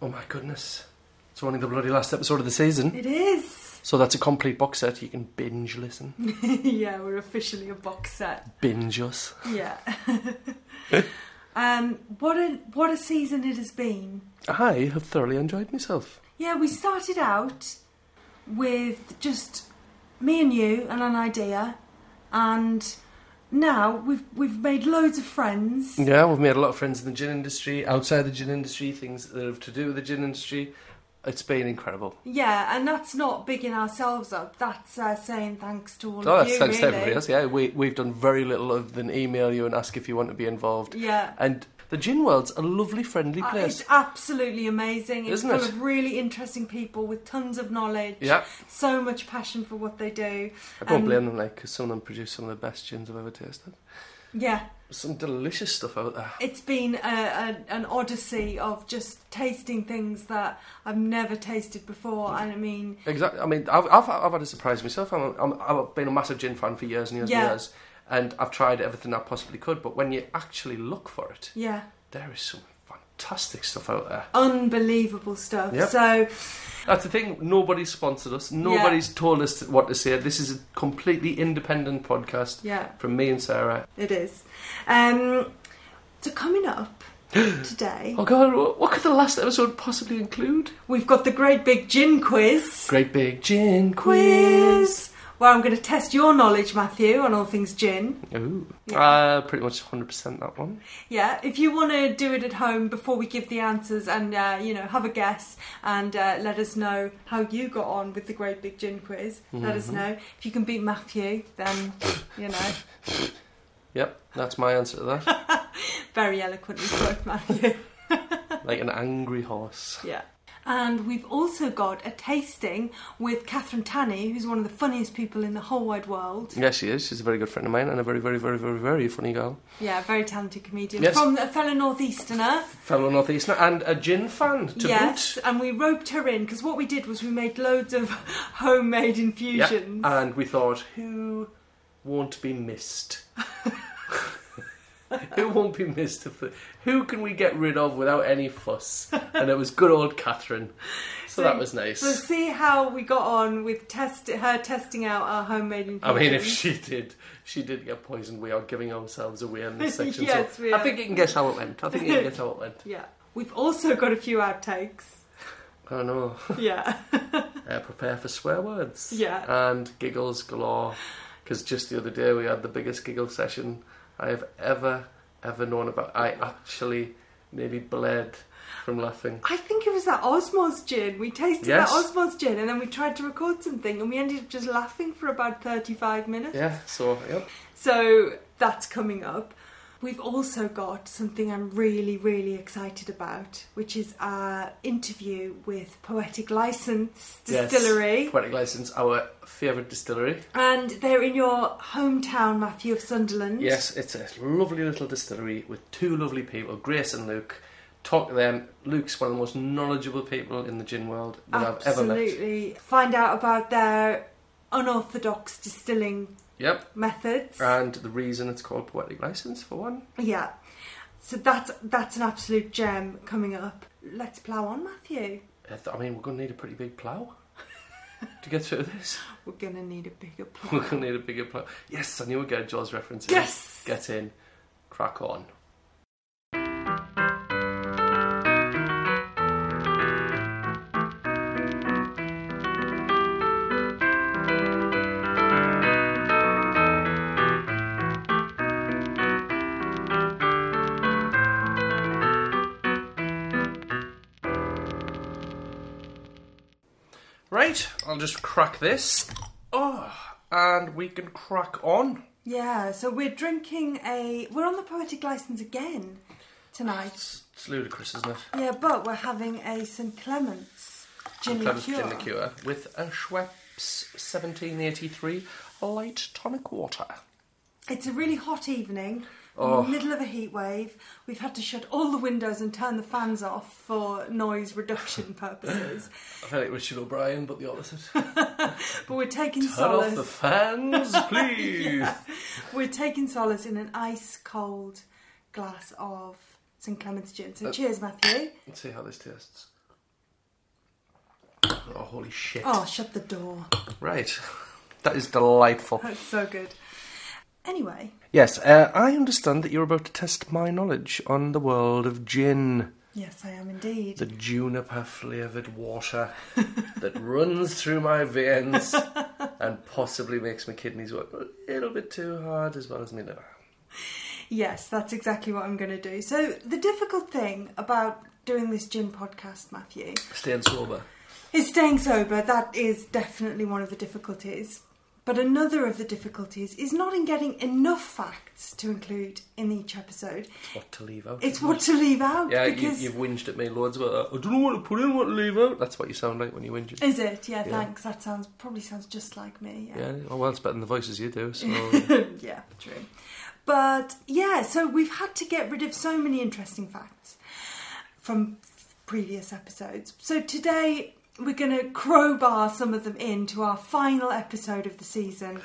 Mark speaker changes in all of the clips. Speaker 1: Oh my goodness. It's only the bloody last episode of the season.
Speaker 2: It is.
Speaker 1: So that's a complete box set. You can binge listen.
Speaker 2: yeah, we're officially a box set.
Speaker 1: Binge us.
Speaker 2: Yeah. um, what a what a season it has been.
Speaker 1: I have thoroughly enjoyed myself.
Speaker 2: Yeah, we started out with just me and you and an idea, and now we've we've made loads of friends.
Speaker 1: Yeah, we've made a lot of friends in the gin industry, outside the gin industry, things that have to do with the gin industry. It's been incredible.
Speaker 2: Yeah, and that's not bigging ourselves up. That's uh, saying thanks to all
Speaker 1: oh,
Speaker 2: of
Speaker 1: that's
Speaker 2: you.
Speaker 1: thanks to
Speaker 2: really.
Speaker 1: everybody else. Yeah, we, we've done very little other than email you and ask if you want to be involved.
Speaker 2: Yeah.
Speaker 1: And the gin world's a lovely, friendly
Speaker 2: Uh,
Speaker 1: place.
Speaker 2: It's absolutely amazing. It's
Speaker 1: Isn't
Speaker 2: full
Speaker 1: it?
Speaker 2: of really interesting people with tons of knowledge.
Speaker 1: yeah,
Speaker 2: So much passion for what they do.
Speaker 1: I don't
Speaker 2: um,
Speaker 1: blame them, like, 'cause some of them produce some of the best gins I've ever tasted.
Speaker 2: Yeah,
Speaker 1: Some delicious stuff out there.
Speaker 2: it's been a, a, an odyssey of just tasting things that I've never tasted before. And I mean,
Speaker 1: Exactly. I mean, I've, I've, I've had a surprise myself. I'm, I'm, I've been a massive gin fan for years and years
Speaker 2: Yeah.
Speaker 1: and years, and I've tried everything I possibly could. But when you actually look for it,
Speaker 2: yeah,
Speaker 1: there is some fantastic stuff out there.
Speaker 2: unbelievable stuff.
Speaker 1: Yep.
Speaker 2: So,
Speaker 1: That's the thing. Nobody's sponsored us. Nobody's told us what to say. This is a completely independent podcast
Speaker 2: yeah,
Speaker 1: from me and Sarah.
Speaker 2: it is. Um, so, coming up today,
Speaker 1: Oh God, what, what could the last episode possibly include?
Speaker 2: we've got the great big gin quiz.
Speaker 1: Great big gin quiz.
Speaker 2: Quiz! Where I'm going to test your knowledge, Matthew, on all things gin.
Speaker 1: Ooh,
Speaker 2: Yeah.
Speaker 1: uh, pretty much 100% that one.
Speaker 2: Yeah, if you want to do it at home before we give the answers and, uh, you know, have a guess and uh, let us know how you got on with the Great Big Gin Quiz, let us
Speaker 1: Mhm.
Speaker 2: know. If you can beat Matthew, then, you know,
Speaker 1: Yep, that's my answer to that.
Speaker 2: very eloquently spoke, Matthew.
Speaker 1: like an angry horse.
Speaker 2: Yeah. And we've also got a tasting with Catherine Tanney, who's one of the funniest people in the whole wide world.
Speaker 1: Yeah, she is. She's a very good friend of mine and a very, very, very, very, very funny girl.
Speaker 2: Yeah, very talented comedian
Speaker 1: Yes.
Speaker 2: from a fellow Northeasterner.
Speaker 1: Fellow Northeaster and a gin fan to
Speaker 2: yes,
Speaker 1: boot.
Speaker 2: and we roped her in because what we did was we made loads of homemade
Speaker 1: Yeah,
Speaker 2: infusions.
Speaker 1: And we thought, who won't be missed? who won't be missed? If the, who can we get rid of without any fuss? And it was good old Catherine. So,
Speaker 2: So-
Speaker 1: that was
Speaker 2: We'll
Speaker 1: nice.
Speaker 2: see how we got on with test her testing out our homemade infusions.
Speaker 1: I mean, if she did, if she did get poisoned. We are giving ourselves away in this section.
Speaker 2: Yes,
Speaker 1: so
Speaker 2: we
Speaker 1: I
Speaker 2: are.
Speaker 1: think you can guess how it went. I think you can guess how it went.
Speaker 2: yeah, we've also got a few outtakes.
Speaker 1: I don't know.
Speaker 2: Yeah,
Speaker 1: uh, prepare for swear words.
Speaker 2: Yeah.
Speaker 1: And giggles galore. Because just the other day we had the biggest giggle session I have ever, ever known about. I actually nearly bled from laughing.
Speaker 2: I think it was that Osmos gin. We tasted
Speaker 1: Yes.
Speaker 2: that Osmos gin, and then we tried to record something, and we ended up just laughing for about thirty-five minutes.
Speaker 1: Yeah, so, yep.
Speaker 2: So that's coming up. We've also got something I'm really, really excited about, which is our interview with Poetic License
Speaker 1: Yes.
Speaker 2: Distillery.
Speaker 1: Poetic License, our favourite distillery.
Speaker 2: And they're in your hometown, Matthew, of Sunderland.
Speaker 1: Yes, it's a lovely little distillery with two lovely people, Grace and Luke. Talk to them. Luke's one of the most knowledgeable people in the gin world that I've ever met.
Speaker 2: Absolutely. Find out about their unorthodox distilling
Speaker 1: Yep.
Speaker 2: methods.
Speaker 1: And the reason it's called Poetic License, for one.
Speaker 2: yeah. So that's that's an absolute gem coming up. Let's plough on, Matthew.
Speaker 1: I th- I mean, we're going to need a pretty big plough to get through this.
Speaker 2: We're gonna need a bigger plough.
Speaker 1: We're going to need a bigger plough. Yes, I knew we'd get a Jaws reference in.
Speaker 2: yes.
Speaker 1: Get in. Crack on. Right, I'll just crack this. Oh, and we can crack on.
Speaker 2: Yeah. So we're drinking a. We're on the poetic license again tonight.
Speaker 1: It's, it's ludicrous, isn't it?
Speaker 2: Yeah, but we're having a St Clements gin
Speaker 1: Clemens
Speaker 2: liqueur.
Speaker 1: Gin Liqueur with a Schweppes 1783 light tonic water.
Speaker 2: It's a really hot evening,
Speaker 1: Oh.
Speaker 2: in the middle of a heat wave. We've had to shut all the windows and turn the fans off for noise reduction purposes.
Speaker 1: I feel like Richard O'Brien, but the opposite. Turn
Speaker 2: But we're taking
Speaker 1: off
Speaker 2: solace.
Speaker 1: the fans, please.
Speaker 2: We're taking solace in an ice
Speaker 1: Uh,
Speaker 2: cold glass of St Clement's gin. So cheers, Matthew.
Speaker 1: Let's see how this tastes. Oh, holy shit.
Speaker 2: Oh, shut the door.
Speaker 1: Right. That is delightful.
Speaker 2: That's so good. Anyway,
Speaker 1: Yes, uh, I understand that you're about to test my knowledge on the world of gin.
Speaker 2: yes, I am indeed.
Speaker 1: The juniper flavoured water that runs through my veins and possibly makes my kidneys work a little bit too hard as well as my liver.
Speaker 2: Yes, that's exactly what I'm going to do. So, the difficult thing about doing this gin podcast, Matthew,
Speaker 1: Staying sober.
Speaker 2: is staying sober. That is definitely one of the difficulties. But another of the difficulties is not in getting enough facts to include in each episode.
Speaker 1: What to leave out.
Speaker 2: It's
Speaker 1: isn't
Speaker 2: what
Speaker 1: it?
Speaker 2: to leave out
Speaker 1: Yeah, you,
Speaker 2: because
Speaker 1: you've whinged at me loads about that. I don't know what to put in, what to leave out. That's what you sound like when you're whinging.
Speaker 2: is it? Yeah,
Speaker 1: Yeah.
Speaker 2: thanks. That sounds probably sounds just like me.
Speaker 1: Yeah, oh, well, it's better than the voices you do, so.
Speaker 2: yeah, true. But yeah, so we've had to get rid of so many interesting facts from previous episodes. So today we're going to crowbar some of them into our final episode of the season.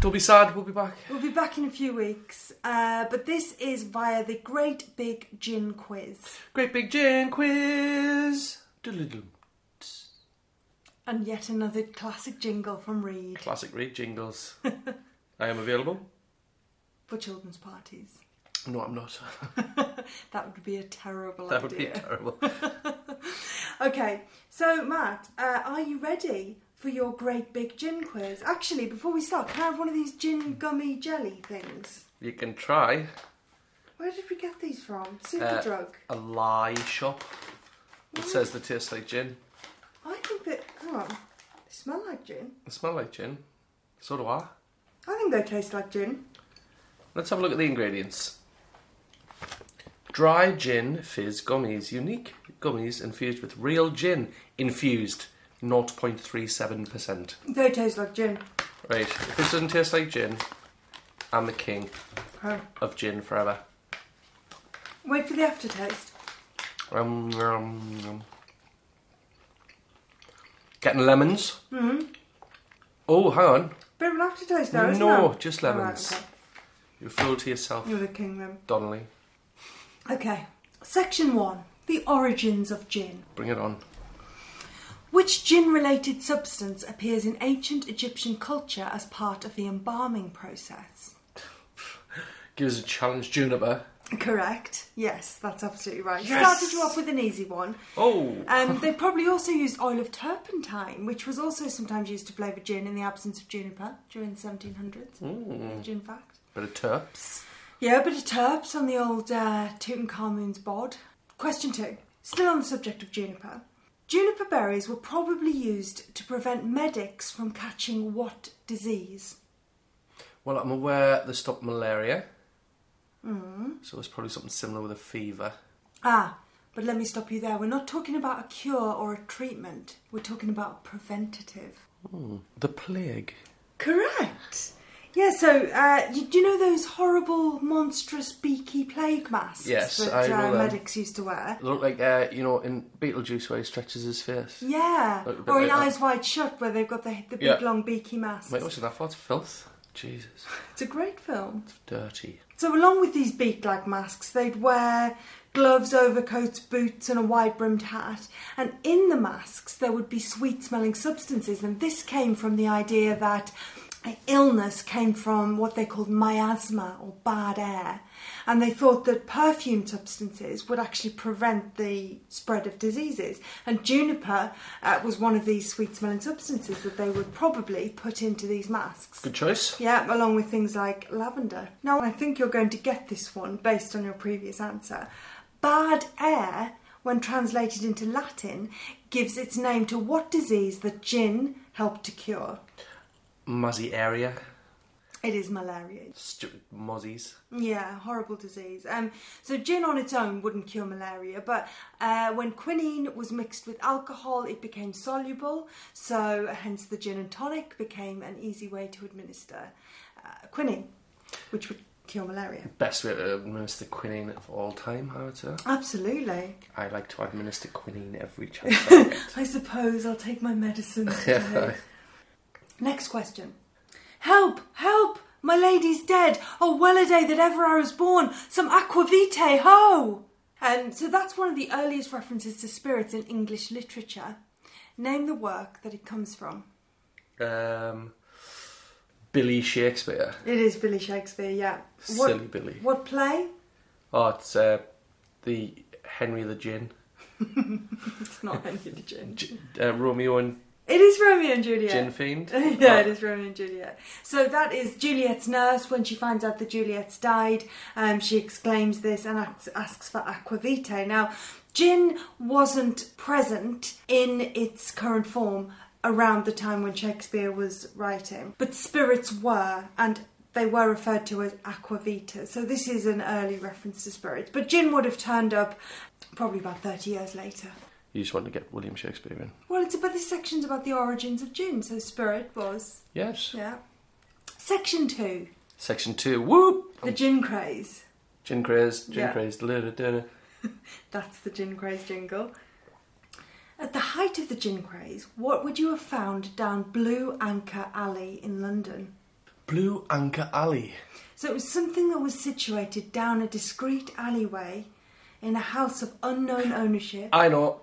Speaker 1: don't be sad, we'll be back.
Speaker 2: We'll be back in a few weeks, uh, but this is via the Great Big Gin Quiz.
Speaker 1: Great Big Gin Quiz! Doodle-doo.
Speaker 2: And yet another classic jingle from Reed
Speaker 1: Classic read jingles. I am available.
Speaker 2: for children's parties.
Speaker 1: No, I'm not.
Speaker 2: That would be a terrible
Speaker 1: That
Speaker 2: idea.
Speaker 1: would be terrible.
Speaker 2: Okay, so Matt, uh, are you ready for your great big gin quiz? Actually, before we start, can I have one of these gin gummy jelly things?
Speaker 1: You can try
Speaker 2: Where did we get these from?
Speaker 1: Uh,
Speaker 2: Superdrug.
Speaker 1: a lie shop that says they taste like gin.
Speaker 2: I think that. Hang on, they smell like gin.
Speaker 1: They smell like gin. So do I.
Speaker 2: I think they taste like gin.
Speaker 1: Let's have a look at the ingredients. Dry gin fizz gummies, unique gummies infused with real gin, infused 0.37%.
Speaker 2: They taste like gin.
Speaker 1: Right, if this doesn't taste like gin, I'm the king
Speaker 2: Oh.
Speaker 1: of gin forever.
Speaker 2: Wait for the aftertaste.
Speaker 1: Um, um, um. Getting lemons. Mm-hmm. Oh, hang on.
Speaker 2: Bit of an aftertaste though, isn't
Speaker 1: No,
Speaker 2: there?
Speaker 1: just
Speaker 2: All right,
Speaker 1: lemons.
Speaker 2: okay.
Speaker 1: You're a fool to yourself,
Speaker 2: You're the king then.
Speaker 1: Donnelly.
Speaker 2: Okay, section one the origins of gin.
Speaker 1: Bring it on.
Speaker 2: Which gin related substance appears in ancient Egyptian culture as part of the embalming process?
Speaker 1: Give us a challenge, Juniper.
Speaker 2: Correct. Yes, that's absolutely right.
Speaker 1: Yes!
Speaker 2: Started you off with an easy one.
Speaker 1: Oh,
Speaker 2: Um, they probably also used oil of turpentine, which was also sometimes used to flavour gin in the absence of juniper during the 1700s.
Speaker 1: Mm.
Speaker 2: Gin fact.
Speaker 1: Hmm, bit of turp.
Speaker 2: Yeah, a bit of turps on the old uh, Tutankhamun's bod. Question two. Still on the subject of juniper. Juniper berries were probably used to prevent medics from catching what disease?
Speaker 1: Well, I'm aware they stop malaria. Mm. So it's probably something similar with a fever.
Speaker 2: Ah, but let me stop you there. We're not talking about a cure or a treatment. We're talking about preventative.
Speaker 1: Hmm, The plague.
Speaker 2: Correct. Yeah, so uh, you, do you know those horrible, monstrous, beaky plague masks
Speaker 1: Yes,
Speaker 2: that
Speaker 1: I um,
Speaker 2: uh,
Speaker 1: know them.
Speaker 2: medics used to wear?
Speaker 1: They look like, uh, you know, in Beetlejuice where he stretches his face.
Speaker 2: Yeah,
Speaker 1: Look a bit
Speaker 2: or in
Speaker 1: like that.
Speaker 2: Eyes Wide Shut, where they've got the, the big
Speaker 1: Yeah.
Speaker 2: long beaky masks.
Speaker 1: Wait, what's in that for? It's filth. Jesus.
Speaker 2: It's a great film.
Speaker 1: It's dirty.
Speaker 2: So, along with these beak like masks, they'd wear gloves, overcoats, boots, and a wide brimmed hat. And in the masks, there would be sweet smelling substances. And this came from the idea that illness came from what they called miasma or bad air. And they thought that perfume substances would actually prevent the spread of diseases. And juniper uh, was one of these sweet smelling substances that they would probably put into these masks.
Speaker 1: Good choice.
Speaker 2: Yeah, along with things like lavender. Now, I think you're going to get this one based on your previous answer. Bad air, when translated into Latin, gives its name to what disease that gin helped to cure?
Speaker 1: Muzzy area.
Speaker 2: It is malaria.
Speaker 1: Stupid muzzies.
Speaker 2: Yeah, horrible disease. Um, so gin on its own wouldn't cure malaria, but uh, when quinine was mixed with alcohol, it became soluble. So hence the gin and tonic became an easy way to administer uh, quinine, which would cure malaria.
Speaker 1: Best way to administer quinine of all time, I would say.
Speaker 2: Absolutely.
Speaker 1: I like to administer quinine every chance I get.
Speaker 2: I suppose I'll take my medicine today. Next question. Help! Help! My lady's dead! Oh, well a day that ever I was born! Some aqua vitae, ho! Um, so that's one of the earliest references to spirits in English literature. Name the work that it comes from.
Speaker 1: Um, Billy Shakespeare.
Speaker 2: It is Billy Shakespeare, yeah. What,
Speaker 1: Silly Billy.
Speaker 2: what play?
Speaker 1: Oh, it's uh, the Henry the Gin.
Speaker 2: It's not Henry the Gin.
Speaker 1: G- uh, Romeo and
Speaker 2: It is Romeo and Juliet.
Speaker 1: Gin Fiend. Oh,
Speaker 2: yeah, it is Romeo and Juliet. So that is Juliet's nurse. When she finds out that Juliet's died, um, she exclaims this and asks, asks for aquavitae. Now, gin wasn't present in its current form around the time when Shakespeare was writing, but spirits were, and they were referred to as aquavita. So this is an early reference to spirits. But gin would have turned up probably about 30 years later.
Speaker 1: You just want to get William Shakespeare in.
Speaker 2: Well, it's about this section's about the origins of gin. So spirit was
Speaker 1: Yes.
Speaker 2: yeah. Section two,
Speaker 1: Section two. Whoop.
Speaker 2: the gin craze.
Speaker 1: Gin craze. Gin
Speaker 2: Yeah.
Speaker 1: craze. da-da-da-da.
Speaker 2: That's the gin craze jingle. At the height of the gin craze, what would you have found down Blue Anchor Alley in London?
Speaker 1: Blue Anchor Alley.
Speaker 2: So it was something that was situated down a discreet alleyway in a house of unknown ownership.
Speaker 1: I know.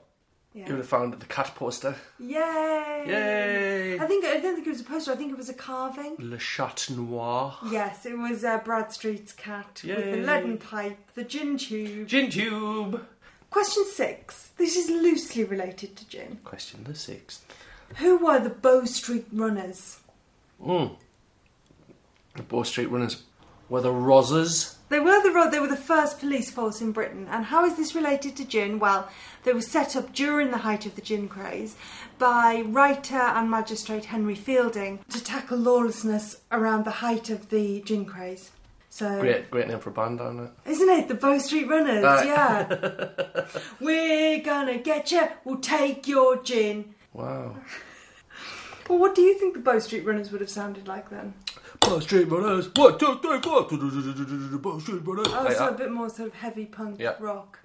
Speaker 1: You would
Speaker 2: Yeah.
Speaker 1: have found the cat poster.
Speaker 2: Yay!
Speaker 1: Yay.
Speaker 2: I think I don't think it was a poster. I think it was a carving.
Speaker 1: Le Chat Noir.
Speaker 2: Yes, it was uh, Bradstreet's cat with
Speaker 1: Yay.
Speaker 2: the leaden pipe, the gin tube.
Speaker 1: Gin Tube.
Speaker 2: Question six. This is loosely related to gin.
Speaker 1: Question the sixth.
Speaker 2: Who were the Bow Street Runners?
Speaker 1: Mm. The Bow Street Runners were the Rozzers.
Speaker 2: They were the ro- they were the first police force in Britain. And how is this related to gin? Well, they were set up during the height of the gin craze by writer and magistrate Henry Fielding to tackle lawlessness around the height of the gin craze. So
Speaker 1: Great, great name for a band, isn't it?
Speaker 2: Isn't it? The Bow Street Runners,
Speaker 1: Right.
Speaker 2: yeah. We're gonna get you, we'll take your gin.
Speaker 1: Wow.
Speaker 2: Well, what do you think the Bow Street Runners would have sounded like then?
Speaker 1: Bow Street Runners. One, two, three, four. Bow Street Runners.
Speaker 2: Oh,
Speaker 1: Like
Speaker 2: so
Speaker 1: that.
Speaker 2: a
Speaker 1: Mm-hmm.
Speaker 2: bit more sort of heavy punk
Speaker 1: Yeah.
Speaker 2: rock.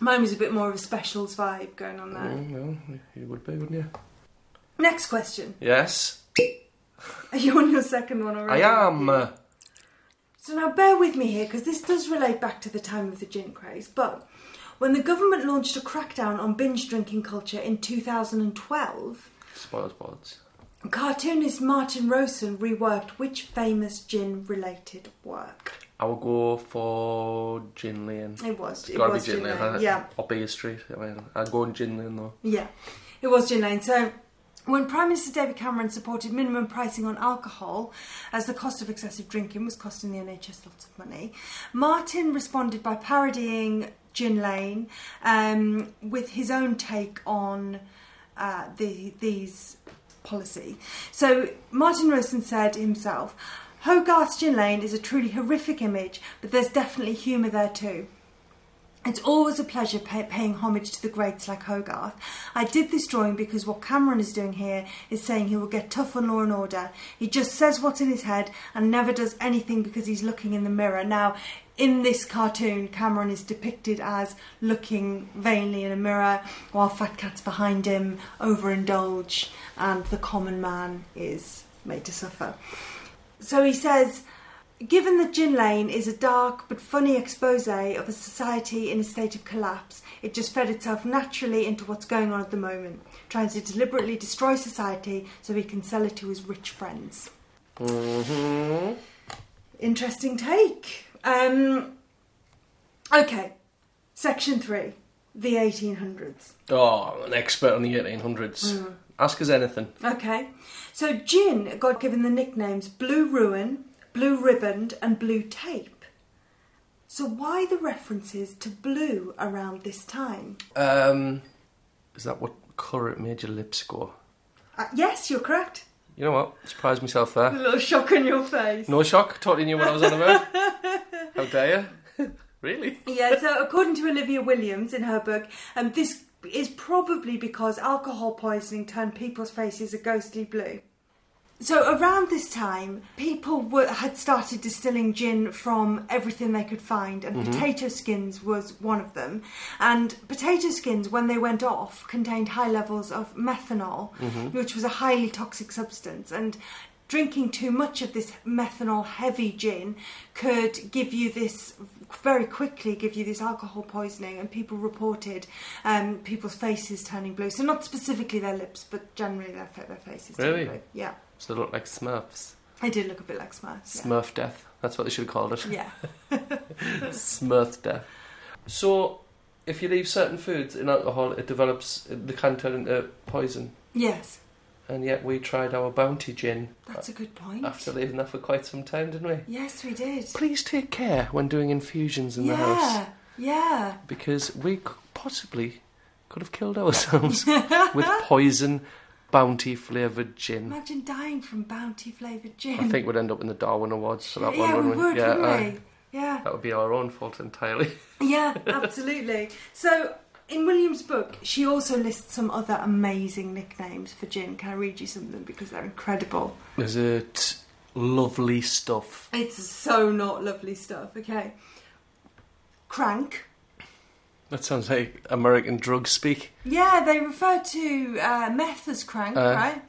Speaker 2: Mine was a bit more of a specials vibe going on there.
Speaker 1: Mm, well, you would be, wouldn't you?
Speaker 2: Next question.
Speaker 1: Yes,
Speaker 2: Are you on your second one
Speaker 1: I
Speaker 2: already?
Speaker 1: am.
Speaker 2: So now bear with me here because this does relate back to the time of the gin craze. But when the government launched a crackdown on binge drinking culture in 2012,
Speaker 1: Spoils bods.
Speaker 2: cartoonist Martin Rosen reworked which famous gin related work?
Speaker 1: I will go for Gin Lane.
Speaker 2: It was. It
Speaker 1: Gotta
Speaker 2: was
Speaker 1: be Gin Lane,
Speaker 2: Lane.
Speaker 1: hasn't it?
Speaker 2: Yeah.
Speaker 1: Or Bayer Street. I mean, I go on Gin Lane though.
Speaker 2: Yeah, it was Gin Lane. So, when Prime Minister David Cameron supported minimum pricing on alcohol, as the cost of excessive drinking was costing the NHS lots of money, Martin responded by parodying Gin Lane um, with his own take on uh, the these policy. So Martin Rosen said himself, Hogarth's Gin Lane is a truly horrific image, but there's definitely humour there too. It's always a pleasure pay- paying homage to the greats like Hogarth. I did this drawing because what Cameron is doing here is saying he will get tough on law and order. He just says what's in his head and never does anything because he's looking in the mirror. Now, in this cartoon, Cameron is depicted as looking vainly in a mirror while Fat Cat's behind him overindulge and the common man is made to suffer. So he says, Given that Gin Lane is a dark but funny expose of a society in a state of collapse, it just fed itself naturally into what's going on at the moment, trying to deliberately destroy society so he can sell it to his rich friends.
Speaker 1: hmm
Speaker 2: Interesting take. Um, okay, section three, the 1800s.
Speaker 1: Oh, I'm an expert on the 1800s.
Speaker 2: Mm.
Speaker 1: Ask us anything.
Speaker 2: Okay. So gin got given the nicknames Blue Ruin, Blue Riband, and Blue Tape. So why the references to blue around this time?
Speaker 1: Um, is that what colour it made your lips go?
Speaker 2: Uh, yes, you're correct.
Speaker 1: You know what? Surprised myself
Speaker 2: A
Speaker 1: there.
Speaker 2: little shock on your face.
Speaker 1: No shock. Totally knew what I was on about. How dare you? really?
Speaker 2: Yeah, so according to Olivia Williams in her book, um, this is probably because alcohol poisoning turned people's faces a ghostly blue. So around this time, people were, had started distilling gin from everything they could find, and potato skins was one of them. And potato skins, when they went off, contained high levels of methanol, which was a highly toxic substance. And drinking too much of this methanol heavy gin could give you this very quickly give you this alcohol poisoning and people reported um, people's faces turning blue so not specifically their lips but generally their, fa- their faces turning
Speaker 1: Really?
Speaker 2: blue. yeah
Speaker 1: So they look like Smurfs.
Speaker 2: i did look a bit like smurfs yeah.
Speaker 1: Smurf death. That's what they should have called it.
Speaker 2: yeah
Speaker 1: Smurf death. So, if you leave certain foods in alcohol, it develops. It, they can turn into poison.
Speaker 2: yes
Speaker 1: And yet, we tried our bounty gin
Speaker 2: that's a good point
Speaker 1: after leaving that for quite some time, didn't we?
Speaker 2: yes we did
Speaker 1: Please take care when doing infusions in
Speaker 2: yeah
Speaker 1: the house
Speaker 2: yeah
Speaker 1: because we c- possibly could have killed ourselves with poison bounty flavoured gin.
Speaker 2: imagine dying from bounty flavored gin
Speaker 1: I think we'd end up in the Darwin Awards for that
Speaker 2: yeah,
Speaker 1: one,
Speaker 2: we
Speaker 1: wouldn't we?
Speaker 2: would wouldn't
Speaker 1: aye.
Speaker 2: we yeah
Speaker 1: that would be our own fault entirely.
Speaker 2: Yeah, absolutely. So, in William's book, she also lists some other amazing nicknames for gin. Can I read you some of them because they're incredible?
Speaker 1: Is it lovely stuff?
Speaker 2: It's so not lovely stuff. Okay. Crank.
Speaker 1: That sounds like American drug speak.
Speaker 2: Yeah, they refer to uh, meth as crank,
Speaker 1: Uh.
Speaker 2: right?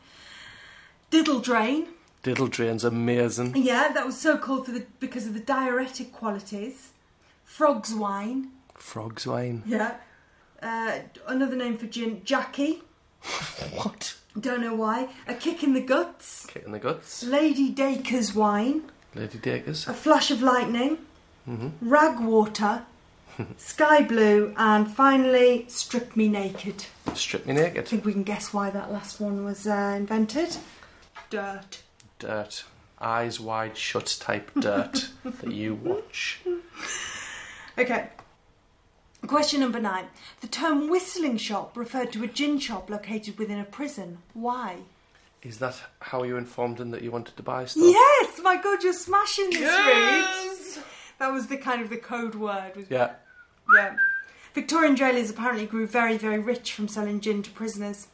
Speaker 2: Diddle drain.
Speaker 1: Diddle drain's amazing.
Speaker 2: Yeah, that was so called for the because of the diuretic qualities. Frog's wine.
Speaker 1: Frog's wine.
Speaker 2: Yeah. Uh, another name for gin, Jackie.
Speaker 1: What?
Speaker 2: Don't know why. A kick in the guts.
Speaker 1: Kick in the guts.
Speaker 2: Lady Dacre's wine,
Speaker 1: Lady Dakers.
Speaker 2: a flash of lightning, rag water, sky blue, and finally strip me naked.
Speaker 1: Strip me
Speaker 2: I
Speaker 1: naked.
Speaker 2: think we can guess why that last one was uh, invented. Dirt.
Speaker 1: Dirt. Eyes wide shut type dirt that you watch.
Speaker 2: Okay. Question number nine. The term whistling shop referred to a gin shop located within a prison. Why?
Speaker 1: Is that how you informed him that you wanted to buy stuff?
Speaker 2: Yes, my God, you're smashing this, Reed. That was the kind of the code word. Was
Speaker 1: Yeah.
Speaker 2: Yeah. Victorian jailers apparently grew very, very rich from selling gin to prisoners.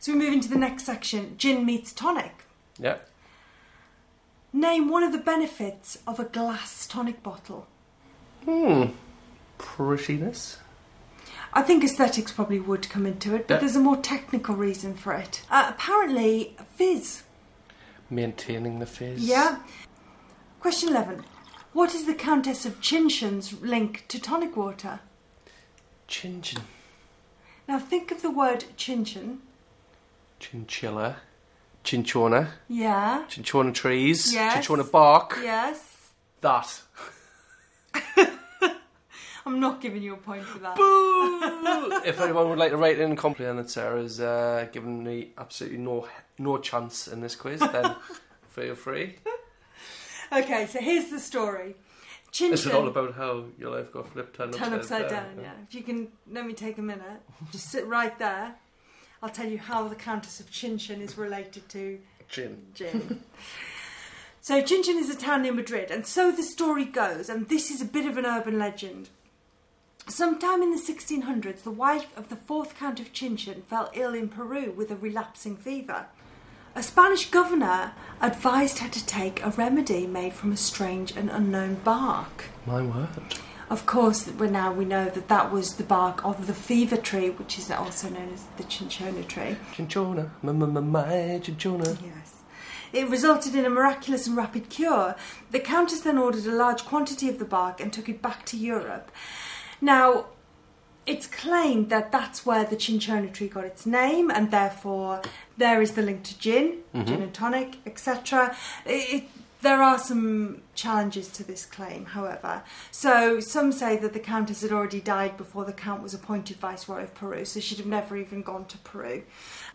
Speaker 2: So we move into the next section gin meets tonic.
Speaker 1: Yeah.
Speaker 2: Name one of the benefits of a glass tonic bottle.
Speaker 1: Hmm. Prettiness.
Speaker 2: I think aesthetics probably would come into it, but
Speaker 1: Yeah.
Speaker 2: there's a more technical reason for it. Uh, apparently, fizz.
Speaker 1: Maintaining the face.
Speaker 2: Yeah. Question 11. What is the Countess of Chinchin's link to tonic water?
Speaker 1: Chinchin.
Speaker 2: Now think of the word chinchin.
Speaker 1: Chinchilla. Chinchona.
Speaker 2: Yeah.
Speaker 1: Chinchona trees.
Speaker 2: Yes.
Speaker 1: Chinchona bark.
Speaker 2: Yes.
Speaker 1: That.
Speaker 2: I'm not giving you a point for that.
Speaker 1: if anyone would like to write in and compliment that Sarah's uh, given me absolutely no no chance in this quiz, then feel free.
Speaker 2: Okay, so here's the story. Chin
Speaker 1: This is
Speaker 2: Chin.
Speaker 1: all about how your life got flipped turned
Speaker 2: turn
Speaker 1: upside,
Speaker 2: upside down, yeah. If you can let me take a minute, just sit right there. I'll tell you how the Countess of Chin Chin is related to
Speaker 1: Gin.
Speaker 2: Jim. so Chin Chin is a town near Madrid, and so the story goes, and this is a bit of an urban legend. Sometime in the 1600s, the wife of the fourth Count of Chinchon fell ill in Peru with a relapsing fever. A Spanish governor advised her to take a remedy made from a strange and unknown bark.
Speaker 1: My word.
Speaker 2: Of course, we now we know that that was the bark of the fever tree, which is also known as the chinchona tree.
Speaker 1: Chinchona. My, my, my, my chinchona.
Speaker 2: Yes. It resulted in a miraculous and rapid cure. The Countess then ordered a large quantity of the bark and took it back to Europe. Now, it's claimed that that's where the cinchona tree got its name, and therefore there is the link to gin,
Speaker 1: Mm-hmm.
Speaker 2: gin and tonic, etc. It- it- There are some challenges to this claim, however. So some say that the countess had already died before the count was appointed viceroy of Peru, so she'd have never even gone to Peru.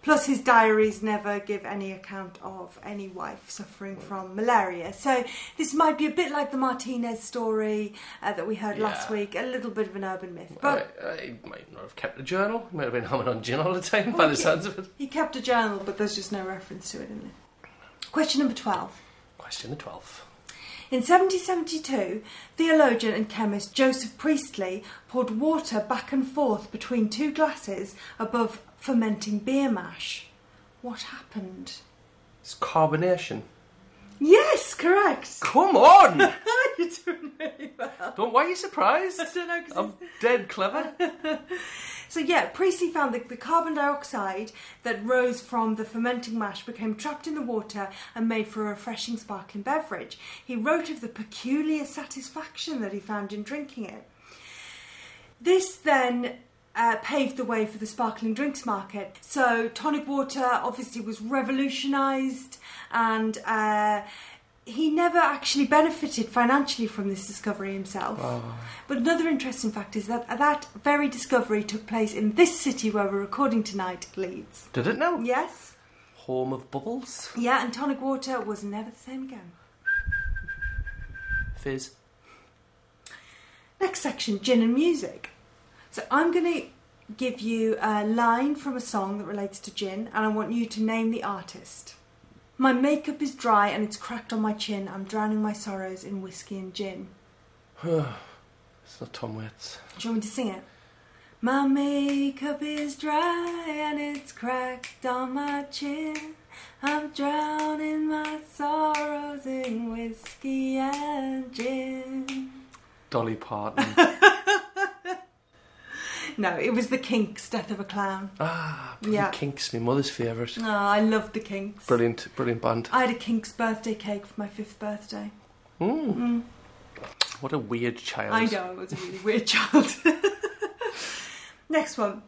Speaker 2: Plus, his diaries never give any account of any wife suffering from malaria. So this might be a bit like the Martinez story uh, that we heard last
Speaker 1: Yeah.
Speaker 2: week, a little bit of an urban myth, but.
Speaker 1: I, I might not have kept a journal. Might have been humming on gin all the time by the sounds of it.
Speaker 2: He kept a journal, but there's just no reference to it in there. Question number 12.
Speaker 1: Question the 12th.
Speaker 2: In 1772, theologian and chemist Joseph Priestley poured water back and forth between two glasses above fermenting beer mash. What happened?
Speaker 1: It's carbonation.
Speaker 2: Yes, correct.
Speaker 1: Come on!
Speaker 2: You're doing really well.
Speaker 1: Don't, why are you surprised?
Speaker 2: I don't know, 'cause
Speaker 1: I'm dead clever.
Speaker 2: So yeah, Priestley found that the carbon dioxide that rose from the fermenting mash became trapped in the water and made for a refreshing sparkling beverage. He wrote of the peculiar satisfaction that he found in drinking it. This then uh, paved the way for the sparkling drinks market. So tonic water obviously was revolutionised, and uh, he never actually benefited financially from this discovery himself. But another interesting fact is that that very discovery took place in this city where we're recording tonight, Leeds.
Speaker 1: Did it now?
Speaker 2: Yes.
Speaker 1: Home of bubbles.
Speaker 2: Yeah, and tonic water was never the same again.
Speaker 1: Fizz.
Speaker 2: Next section, gin and music. So I'm going to give you a line from a song that relates to gin, and I want you to name the artist. My makeup is dry and it's cracked on my chin. I'm drowning my sorrows in whiskey and gin.
Speaker 1: It's not Tom Waits.
Speaker 2: Do you want me to sing it? My makeup is dry and it's cracked on my chin. I'm drowning my sorrows in whiskey and gin.
Speaker 1: Dolly Parton.
Speaker 2: No, it was the Kinks, Death of a Clown.
Speaker 1: ah,
Speaker 2: Yeah.
Speaker 1: yeah. Kinks, my mother's favourite.
Speaker 2: Oh, I love the Kinks.
Speaker 1: Brilliant, brilliant band.
Speaker 2: I had a Kinks birthday cake for my fifth birthday.
Speaker 1: Mm. What a weird child.
Speaker 2: I know, I was a really weird child. Next one.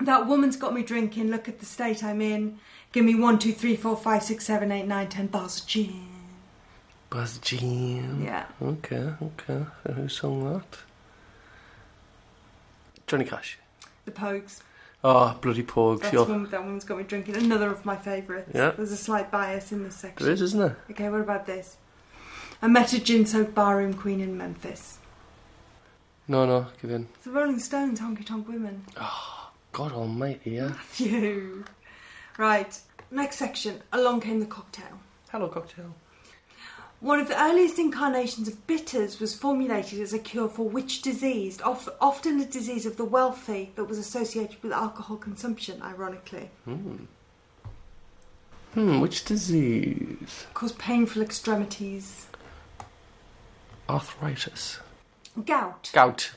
Speaker 2: That woman's got me drinking. Look at the state I'm in. Give me one, two, three, four, five, six, seven, eight, nine, ten bars of gin.
Speaker 1: Buzz Jean.
Speaker 2: Yeah.
Speaker 1: Okay, okay. So who sung that? Johnny Cash.
Speaker 2: The Pogues.
Speaker 1: Oh, bloody pogs.
Speaker 2: That's
Speaker 1: You're...
Speaker 2: one, that one's got me drinking. Another of my favourites.
Speaker 1: Yeah.
Speaker 2: There's a slight bias in this section.
Speaker 1: There is, isn't there?
Speaker 2: Okay, what about this? I met a gin soaked barroom queen in Memphis.
Speaker 1: No, no, give in.
Speaker 2: It's the Rolling Stones, Honky Tonk Women.
Speaker 1: God almighty, yeah.
Speaker 2: Phew. Right, next section. Along came the cocktail.
Speaker 1: Hello, cocktail.
Speaker 2: One of the earliest incarnations of bitters was formulated as a cure for which disease, of, often a disease of the wealthy that was associated with alcohol consumption, ironically.
Speaker 1: Hmm, which disease?
Speaker 2: Caused painful extremities.
Speaker 1: Arthritis.
Speaker 2: Gout.
Speaker 1: Gout.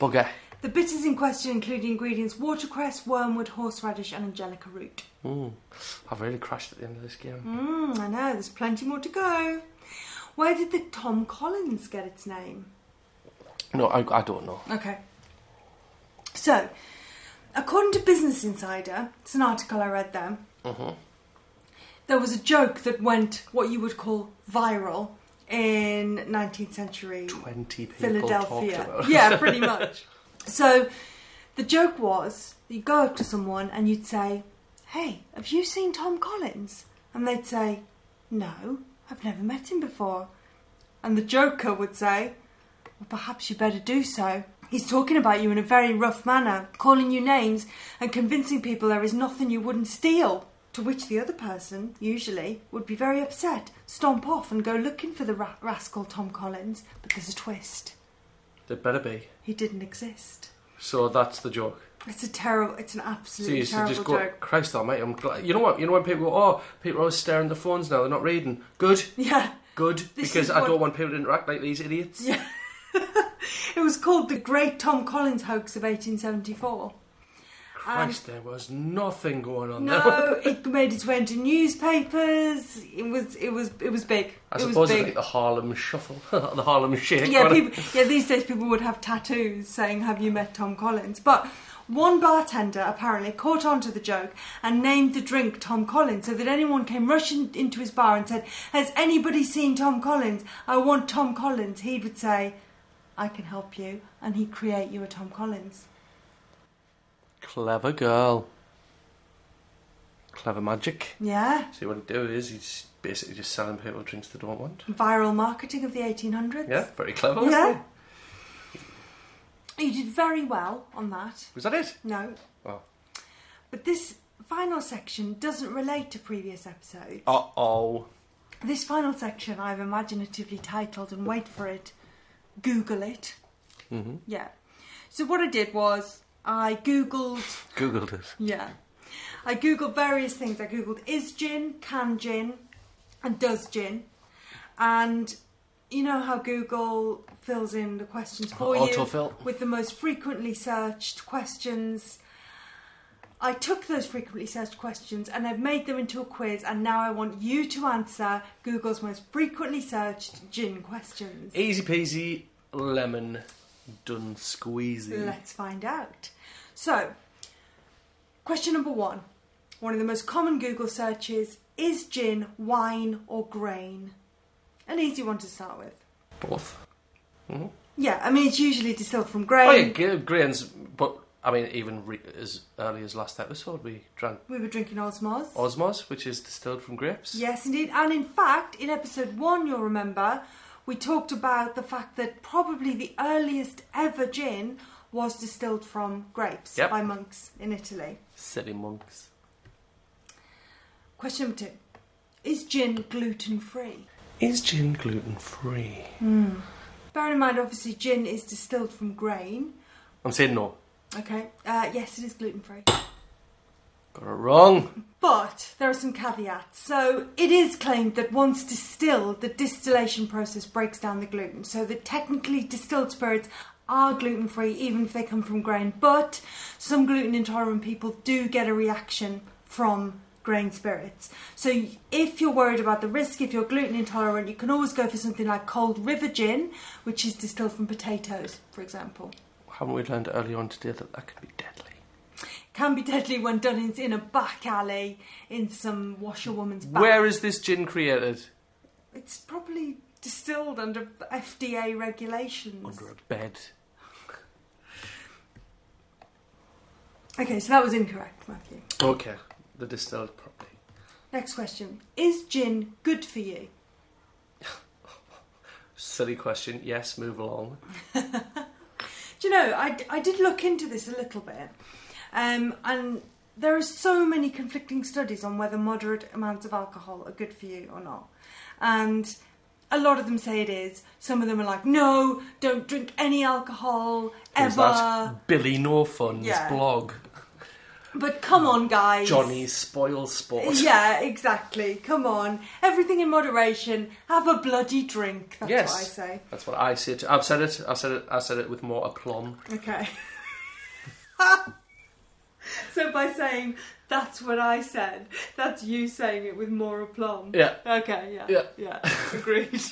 Speaker 1: Bugger.
Speaker 2: The bitters in question include ingredients watercress, wormwood, horseradish, and angelica root.
Speaker 1: Mm. I've really crashed at the end of this game.
Speaker 2: Mmm, I know, there's plenty more to go. Where did the Tom Collins get its name?
Speaker 1: Hmm. No, I, I don't know.
Speaker 2: Okay. So, according to Business Insider, it's an article I read there.
Speaker 1: Mm-hmm.
Speaker 2: There was a joke that went what you would call viral in 19th century
Speaker 1: 20 people talked
Speaker 2: Philadelphia.
Speaker 1: about it.
Speaker 2: Yeah, pretty much. So, the joke was you go up to someone and you'd say, "Hey, have you seen Tom Collins?" And they'd say, "No, I've never met him before." And the Joker would say, well, perhaps you better do so. He's talking about you in a very rough manner, calling you names and convincing people there is nothing you wouldn't steal. To which the other person, usually, would be very upset, stomp off and go looking for the ra- rascal Tom Collins. But there's a twist.
Speaker 1: There better be.
Speaker 2: He didn't exist.
Speaker 1: So that's the joke.
Speaker 2: It's a terrible, it's an
Speaker 1: So
Speaker 2: absolutely
Speaker 1: you should
Speaker 2: terrible
Speaker 1: just go,
Speaker 2: joke.
Speaker 1: Christ almighty, I'm glad. You know what? You know when people go, oh, people are always staring at their phones now, they're not reading. Good,
Speaker 2: Yeah.
Speaker 1: good,
Speaker 2: This is
Speaker 1: because I
Speaker 2: what-
Speaker 1: don't want people to interact like these idiots.
Speaker 2: Yeah. it was called the Great Tom Collins Hoax of 1874.
Speaker 1: Christ, there was nothing going on there.
Speaker 2: No, it made its way into newspapers. It was, it was, it was big.
Speaker 1: I
Speaker 2: it was
Speaker 1: suppose it's
Speaker 2: big.
Speaker 1: like the Harlem Shuffle, the Harlem Shake.
Speaker 2: yeah,
Speaker 1: wasn't it?
Speaker 2: people, yeah. These days, people would have tattoos saying, "Have you met Tom Collins?" But one bartender apparently caught on to the joke and named the drink Tom Collins, so that anyone came rushing into his bar and said, "Has anybody seen Tom Collins? I want Tom Collins." He would say, "I can help you," and he'd create you a Tom Collins.
Speaker 1: Clever girl. Clever magic.
Speaker 2: Yeah,
Speaker 1: See what he do is he's basically just selling people drinks they don't want.
Speaker 2: viral marketing of the 1800s.
Speaker 1: Yeah, very clever. wasn't
Speaker 2: yeah.
Speaker 1: it?
Speaker 2: You did very well on that.
Speaker 1: Was that it?
Speaker 2: No,
Speaker 1: Oh.
Speaker 2: but this final section doesn't relate to previous episodes.
Speaker 1: Uh oh.
Speaker 2: This final section I've imaginatively titled, and wait for it, Google it. Mm-hmm. Yeah. So what I did was I Googled,
Speaker 1: Googled it.
Speaker 2: yeah, I Googled various things. I Googled is gin, can gin, and does gin. And you know how Google fills in the questions for you
Speaker 1: Autofill.
Speaker 2: with the most frequently searched questions. I took those frequently searched questions and I've made them into a quiz, and now I want you to answer Google's most frequently searched gin questions.
Speaker 1: Easy peasy, lemon, done squeezy.
Speaker 2: Let's find out. So, question number one. One of the most common Google searches is gin wine or grain? An easy one to start with.
Speaker 1: Both. hmm
Speaker 2: Yeah, I mean, it's usually distilled from grain.
Speaker 1: Oh yeah, gra- grains. But I mean, even re- as early as last episode, we drank
Speaker 2: We were drinking Osmos.
Speaker 1: osmos, which is distilled from grapes.
Speaker 2: Yes, indeed. And in fact, in episode one, you'll remember, we talked about the fact that probably the earliest ever gin was distilled from grapes
Speaker 1: Yep.
Speaker 2: by monks in Italy.
Speaker 1: Silly monks.
Speaker 2: Question number two Is gin gluten free?
Speaker 1: Is gin gluten free?
Speaker 2: Bear in mind, obviously, gin is distilled from grain.
Speaker 1: I'm saying no.
Speaker 2: Okay, uh, yes, it is gluten free.
Speaker 1: Got it wrong.
Speaker 2: But there are some caveats. So it is claimed that once distilled, the distillation process breaks down the gluten. So that technically distilled spirits are gluten free, even if they come from grain. But some gluten intolerant people do get a reaction from grain spirits. So if you're worried about the risk, if you're gluten intolerant, you can always go for something like cold river gin, which is distilled from potatoes, for example.
Speaker 1: Haven't we learned earlier on today that that can be deadly?
Speaker 2: Can be deadly when done in, in a back alley in some washerwoman's back.
Speaker 1: Where is this gin created?
Speaker 2: It's probably distilled under FDA regulations.
Speaker 1: Under a bed.
Speaker 2: Okay, so that was incorrect, Matthew.
Speaker 1: Okay, the distilled properly.
Speaker 2: Next question Is gin good for you?
Speaker 1: Silly question. Yes, move along.
Speaker 2: Do you know, I, I did look into this a little bit, um, and there are so many conflicting studies on whether moderate amounts of alcohol are good for you or not. And a lot of them say it is. Some of them are like, no, don't drink any alcohol
Speaker 1: Who's
Speaker 2: ever.
Speaker 1: that? Billy No Fun's
Speaker 2: Yeah.
Speaker 1: blog.
Speaker 2: But come on, guys.
Speaker 1: Johnny Spoil Sport.
Speaker 2: Yeah, exactly. Come on. Everything in moderation. Have a bloody drink. That's
Speaker 1: Yes.
Speaker 2: what I say.
Speaker 1: That's what I say. To, I've said it. I said it. I said it with more aplomb.
Speaker 2: Okay. so by saying that's what I said, that's you saying it with more aplomb.
Speaker 1: Yeah.
Speaker 2: Okay, yeah.
Speaker 1: Yeah.
Speaker 2: agreed.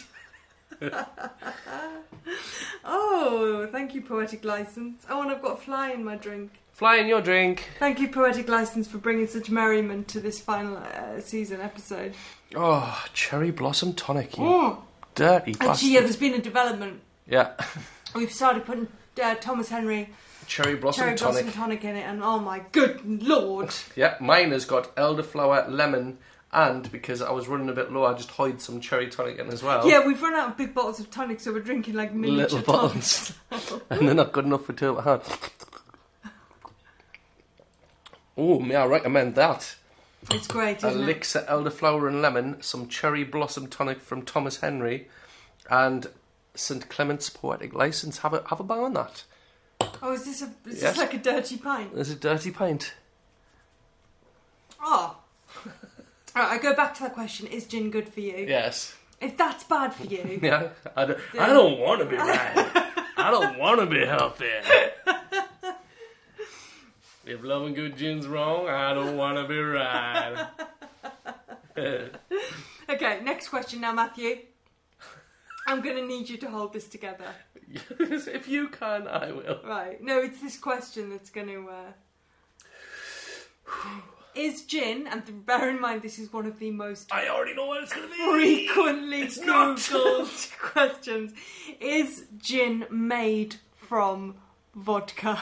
Speaker 2: oh, thank you, Poetic License. Oh, and I've got a fly in my drink.
Speaker 1: Fly in your drink.
Speaker 2: Thank you, Poetic License, for bringing such merriment to this final uh, season episode.
Speaker 1: Oh, cherry blossom tonic. You
Speaker 2: Mm.
Speaker 1: dirty bastard.
Speaker 2: Actually, yeah, there's been a development.
Speaker 1: yeah.
Speaker 2: We've started putting uh, Thomas Henry
Speaker 1: cherry blossom
Speaker 2: cherry
Speaker 1: tonic.
Speaker 2: blossom tonic in it, and oh my good lord!
Speaker 1: Yeah, mine has got elderflower, lemon, and because I was running a bit low, I just hoid some cherry tonic in as well.
Speaker 2: Yeah, we've run out of big bottles of tonic, so we're drinking like miniature
Speaker 1: Oh. little
Speaker 2: tonic.
Speaker 1: bottles, and they're not good enough for two at a hand. Oh, may I recommend that?
Speaker 2: It's great,
Speaker 1: A
Speaker 2: isn't it?
Speaker 1: elixir, elderflower, and lemon, some cherry blossom tonic from Thomas Henry, and St Clement's Poetic License. Have a have a bang on that.
Speaker 2: Oh, is this a
Speaker 1: Yes.
Speaker 2: is this like a dirty pint?
Speaker 1: There's a dirty pint.
Speaker 2: Oh. All right, I go back to that question: Is gin good for you?
Speaker 1: Yes.
Speaker 2: If that's bad for you,
Speaker 1: Yeah. I don't, I don't want to be right. I don't want to be healthy. If loving good gin's wrong, I don't want to be right.
Speaker 2: okay. Next question now, Matthew. I'm going to need you to hold this together.
Speaker 1: Yes, if you can, I will.
Speaker 2: Right. No, it's this question that's going to. Uh... Is gin, and bear in mind this is one of the most
Speaker 1: I already know what it's going to be.
Speaker 2: frequently
Speaker 1: It's not.
Speaker 2: googled questions. Is gin made from vodka?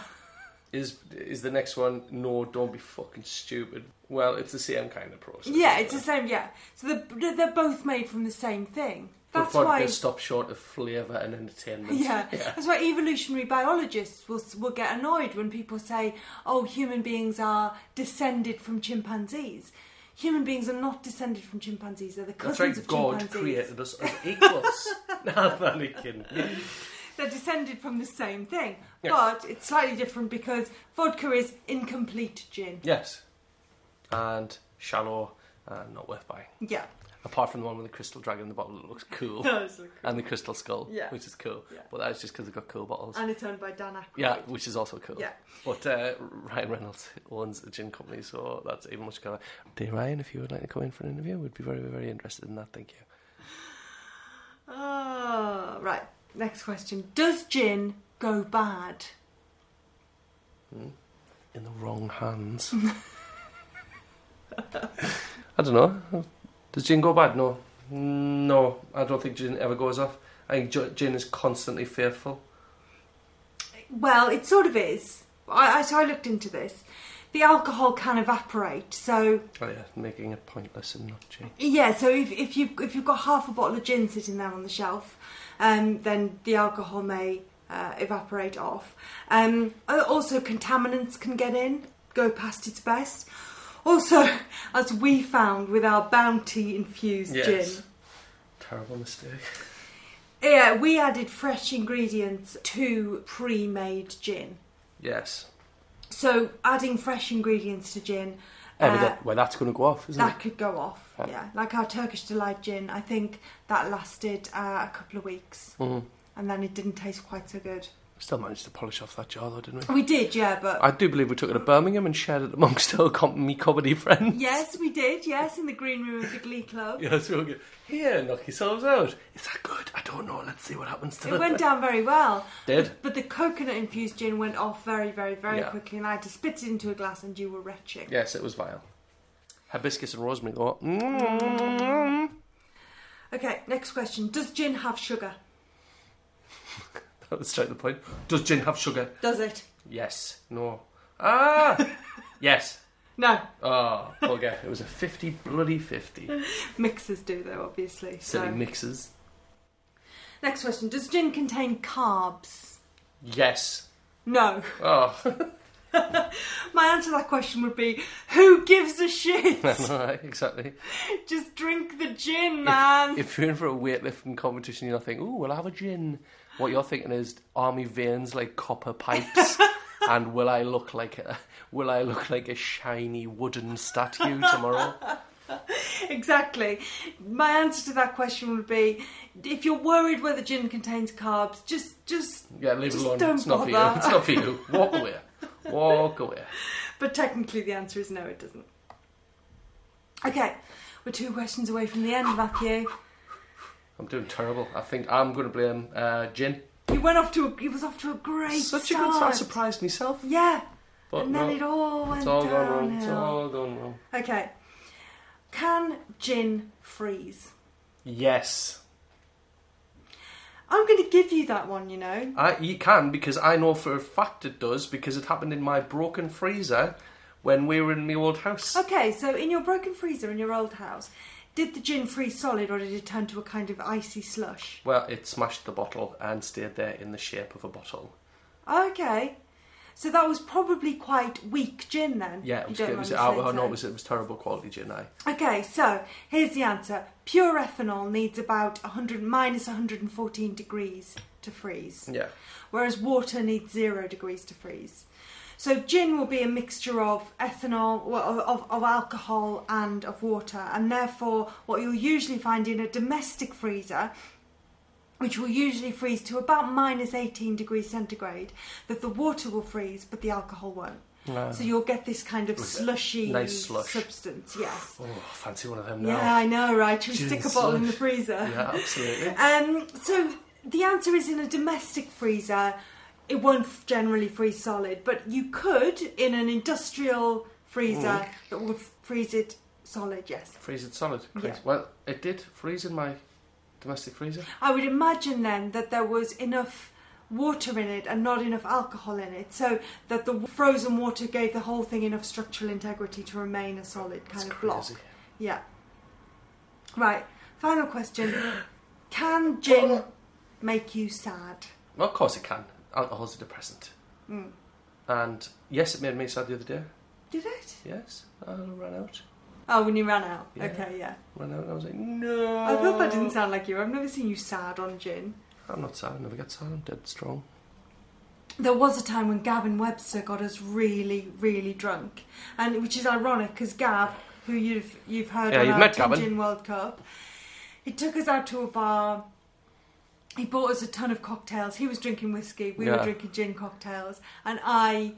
Speaker 1: Is is the next one? No, don't be fucking stupid. Well, it's the same kind of process.
Speaker 2: Yeah, it's the same. Yeah, so they're, they're both made from the same thing. That's
Speaker 1: but
Speaker 2: why.
Speaker 1: they stop short of flavour and entertainment.
Speaker 2: Yeah. that's why evolutionary biologists will will get annoyed when people say, "Oh, human beings are descended from chimpanzees." Human beings are not descended from chimpanzees; they're the cousins
Speaker 1: That's right.
Speaker 2: of
Speaker 1: God
Speaker 2: chimpanzees.
Speaker 1: created us as equals. now, Anakin.
Speaker 2: they're descended from the same thing,
Speaker 1: Yeah.
Speaker 2: but it's slightly different because vodka is incomplete gin.
Speaker 1: Yes. And shallow and uh, not worth buying.
Speaker 2: Yeah.
Speaker 1: Apart from the one with the crystal dragon in the bottle that looks cool.
Speaker 2: Those look cool.
Speaker 1: And the crystal skull,
Speaker 2: Yeah.
Speaker 1: which is cool.
Speaker 2: Yeah.
Speaker 1: But that's just because they've got cool bottles.
Speaker 2: And it's owned by Dan Aykroyd.
Speaker 1: yeah, which is also cool.
Speaker 2: Yeah.
Speaker 1: But uh, Ryan Reynolds owns a gin company, so that's even much cooler. Dear Ryan, if you would like to come in for an interview, we'd be very, very interested in that. Thank you.
Speaker 2: Ah, right. Next question. Does gin go bad?
Speaker 1: In the wrong hands. I don't know. Does gin go bad? No. No, I don't think gin ever goes off. I think gi- gin is constantly fearful.
Speaker 2: Well, it sort of is. I, I so I looked into this. The alcohol can evaporate, so
Speaker 1: Oh, yeah, making it pointless and not gin.
Speaker 2: yeah. So if if you if you've got half a bottle of gin sitting there on the shelf, um, then the alcohol may uh, evaporate off. Um, al- also, contaminants can get in, go past its best. Also, as we found with our bounty infused gin,
Speaker 1: Terrible mistake.
Speaker 2: Yeah, we added fresh ingredients to pre made gin.
Speaker 1: Yes.
Speaker 2: So adding fresh ingredients to gin,
Speaker 1: Yeah, but
Speaker 2: uh,
Speaker 1: that- well, that's going to go off, isn't
Speaker 2: that could go off.
Speaker 1: Yeah.
Speaker 2: Yeah, like our Turkish Delight gin, I think that lasted uh, a couple of weeks
Speaker 1: it? Mm.
Speaker 2: and then it didn't taste quite so good.
Speaker 1: Still managed to polish off that jar, though, didn't we?
Speaker 2: We did, yeah, but.
Speaker 1: I do believe we took it to Birmingham and shared it amongst our com- me comedy friends.
Speaker 2: Yes, we did, yes, in the green room of the Glee Club.
Speaker 1: Yes, we all go, here, knock yourselves out. Is that good? I don't know. Let's see what happens to
Speaker 2: It went down very well.
Speaker 1: Did.
Speaker 2: But the coconut infused gin went off very, very, very
Speaker 1: Yeah.
Speaker 2: quickly, and I had to spit it into a glass, and you were retching.
Speaker 1: Yes, it was vile. Hibiscus and rosemary, though. Mm.
Speaker 2: Okay, next question. Does gin have sugar?
Speaker 1: That was straight to the point. Does gin have sugar?
Speaker 2: Does it?
Speaker 1: Yes. No. Ah! yes.
Speaker 2: No,
Speaker 1: Oh, bugger. It was a 50 bloody 50.
Speaker 2: mixers do though, obviously.
Speaker 1: Silly
Speaker 2: So.
Speaker 1: mixes.
Speaker 2: Next question: Does gin contain carbs?
Speaker 1: Yes.
Speaker 2: No.
Speaker 1: Oh,
Speaker 2: My answer to that question would be, who gives a shit?
Speaker 1: Right, exactly.
Speaker 2: Just drink the gin, man.
Speaker 1: If you're in for a weightlifting competition, you're not thinking, ooh, will I have a gin? What you're thinking is army veins like copper pipes. And will I look like a will I look like a shiny wooden statue tomorrow?
Speaker 2: exactly. My answer to that question would be, if you're worried whether gin contains carbs, just just.
Speaker 1: Yeah, leave it
Speaker 2: Just
Speaker 1: alone.
Speaker 2: don't
Speaker 1: it's not for you.
Speaker 2: bother.
Speaker 1: It's not for you. Walk away. Walk away.
Speaker 2: But technically, the answer is no, it doesn't. Okay, we're two questions away from the end, Matthew.
Speaker 1: I'm doing terrible. I think I'm going to blame uh, gin.
Speaker 2: You went off to a, he was off to a great
Speaker 1: Such a
Speaker 2: start.
Speaker 1: good start. I surprised myself.
Speaker 2: Yeah,
Speaker 1: But
Speaker 2: and then
Speaker 1: no,
Speaker 2: it all went
Speaker 1: it's all gone wrong. It's
Speaker 2: downhill.
Speaker 1: all gone wrong.
Speaker 2: Okay. Can gin freeze?
Speaker 1: Yes.
Speaker 2: I'm going to give you that one, you know.
Speaker 1: I, you can because I know for a fact it does because it happened in my broken freezer when we were in my old house.
Speaker 2: Okay, so in your broken freezer in your old house, did the gin freeze solid or did it turn to a kind of icy slush?
Speaker 1: Well, it smashed the bottle and stayed there in the shape of a bottle.
Speaker 2: Okay. So that was probably quite weak gin then.
Speaker 1: Yeah, it
Speaker 2: You
Speaker 1: was,
Speaker 2: don't
Speaker 1: it was,
Speaker 2: mind me saying
Speaker 1: oh, no,
Speaker 2: so.
Speaker 1: it was, it was terrible quality gin. I.
Speaker 2: Okay, so here's the answer. Pure ethanol needs about 100 minus 114 degrees to freeze.
Speaker 1: Yeah.
Speaker 2: whereas water needs zero degrees to freeze. So gin will be a mixture of ethanol, well, of, of alcohol and of water, and therefore what you'll usually find in a domestic freezer, which will usually freeze to about minus 18 degrees centigrade, that the water will freeze but the alcohol won't.
Speaker 1: Wow.
Speaker 2: So you'll get this kind of
Speaker 1: Was it
Speaker 2: slushy
Speaker 1: nice slush?
Speaker 2: substance, yes.
Speaker 1: Oh, fancy one of them now.
Speaker 2: Yeah, I know, right? Should we
Speaker 1: Gin
Speaker 2: stick a bottle in the
Speaker 1: slush.
Speaker 2: freezer?
Speaker 1: Yeah, absolutely.
Speaker 2: Um, so the answer is in a domestic freezer, it won't f- generally freeze solid, but you could in an industrial freezer
Speaker 1: Mm.
Speaker 2: that will f- freeze it solid. Yes,
Speaker 1: Freeze it solid. Chris.
Speaker 2: Yeah.
Speaker 1: Well, it did freeze in my domestic freezer.
Speaker 2: I would imagine then that there was enough water in it and not enough alcohol in it, so that the w- frozen water gave the whole thing enough structural integrity to remain a solid kind
Speaker 1: That's
Speaker 2: of block.
Speaker 1: crazy.
Speaker 2: Yeah. Right. Final question: Can gin make you sad?
Speaker 1: Well, of course it can. Alcohol's a depressant.
Speaker 2: Mm.
Speaker 1: And yes, it made me sad the other day.
Speaker 2: Did it?
Speaker 1: Yes, I ran out.
Speaker 2: Oh, when you ran out.
Speaker 1: Yeah.
Speaker 2: Okay, yeah.
Speaker 1: Ran out. And I was like, no.
Speaker 2: I thought that
Speaker 1: Oh.
Speaker 2: didn't sound like you. I've never seen you sad on gin.
Speaker 1: I'm not sad. I never get sad. I'm dead strong.
Speaker 2: There was a time when Gavin Webster got us really, really drunk, and which is ironic because Gav, who you've you've heard
Speaker 1: Yeah,
Speaker 2: on
Speaker 1: you've
Speaker 2: our
Speaker 1: met
Speaker 2: Tin
Speaker 1: Gavin.
Speaker 2: Gin World Cup. He took us out to a bar. He bought us a ton of cocktails. He was drinking whiskey. We were
Speaker 1: Yeah.
Speaker 2: drinking gin cocktails, and I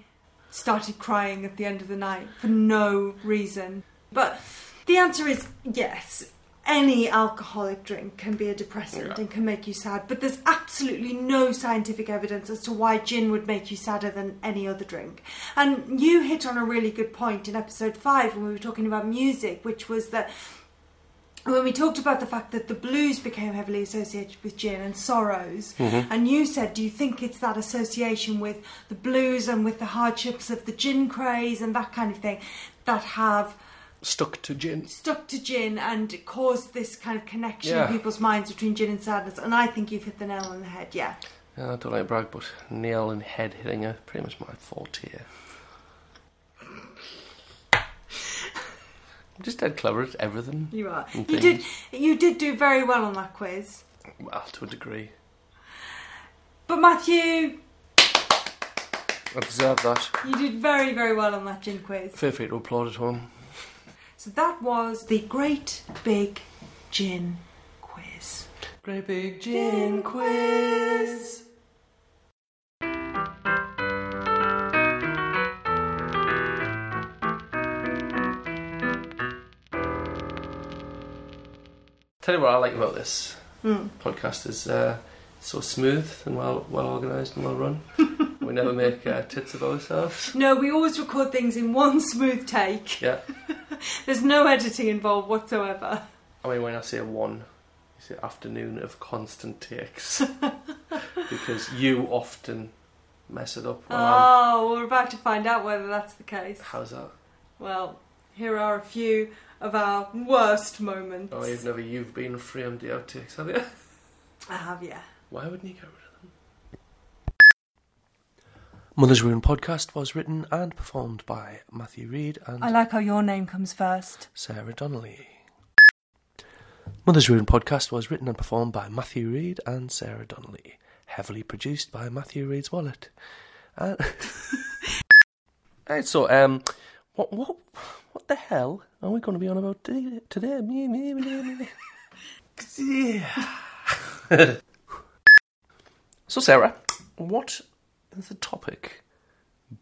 Speaker 2: started crying at the end of the night for no reason. But the answer is yes. Any alcoholic drink can be a depressant
Speaker 1: Yeah.
Speaker 2: and can make you sad, but there's absolutely no scientific evidence as to why gin would make you sadder than any other drink. And you hit on a really good point in episode five when we were talking about music, which was that when we talked about the fact that the blues became heavily associated with gin and sorrows, and you said, Do you think it's that association with the blues and with the hardships of the gin craze and that kind of thing that have
Speaker 1: Stuck to gin.
Speaker 2: stuck to gin and caused this kind of connection
Speaker 1: Yeah.
Speaker 2: in people's minds between gin and sadness? And I think you've hit the nail on the head, yeah.
Speaker 1: Yeah, I don't like to brag, but nail and head hitting are pretty much my forte. here. I'm just dead clever at everything.
Speaker 2: You are.
Speaker 1: And
Speaker 2: You did you did do very well on that quiz.
Speaker 1: Well, to a degree.
Speaker 2: But Matthew,
Speaker 1: Observe that.
Speaker 2: you did very, very well on that gin quiz.
Speaker 1: Feel free to applaud at home.
Speaker 2: So that was the Great Big Gin Quiz.
Speaker 1: Great big gin quiz. Tell you what I like about this
Speaker 2: Hmm.
Speaker 1: podcast is uh, it's so smooth and well well organised and well run. we never make uh, tits of ourselves.
Speaker 2: No, we always record things in one smooth take.
Speaker 1: Yeah,
Speaker 2: There's no editing involved whatsoever.
Speaker 1: I mean when I say one, it's an afternoon of constant takes because you often mess it up. While I'm
Speaker 2: Oh, we're about to find out whether that's the case.
Speaker 1: How's that?
Speaker 2: Well, here are a few of our worst moments.
Speaker 1: Oh, you've never you've been framed the outtakes, have you?
Speaker 2: I have, yeah.
Speaker 1: Why wouldn't you get rid of them? Mother's Ruin podcast was written and performed by Matthew Reid and
Speaker 2: I like how your name comes first.
Speaker 1: Sarah Donnelly. Mother's Ruin podcast was written and performed by Matthew Reid and Sarah Donnelly, heavily produced by Matthew Reid's wallet. And Right, so um, what what what the hell are we going to be on about today? today? Me, me, me, me. Yeah. so Sarah, what is the topic?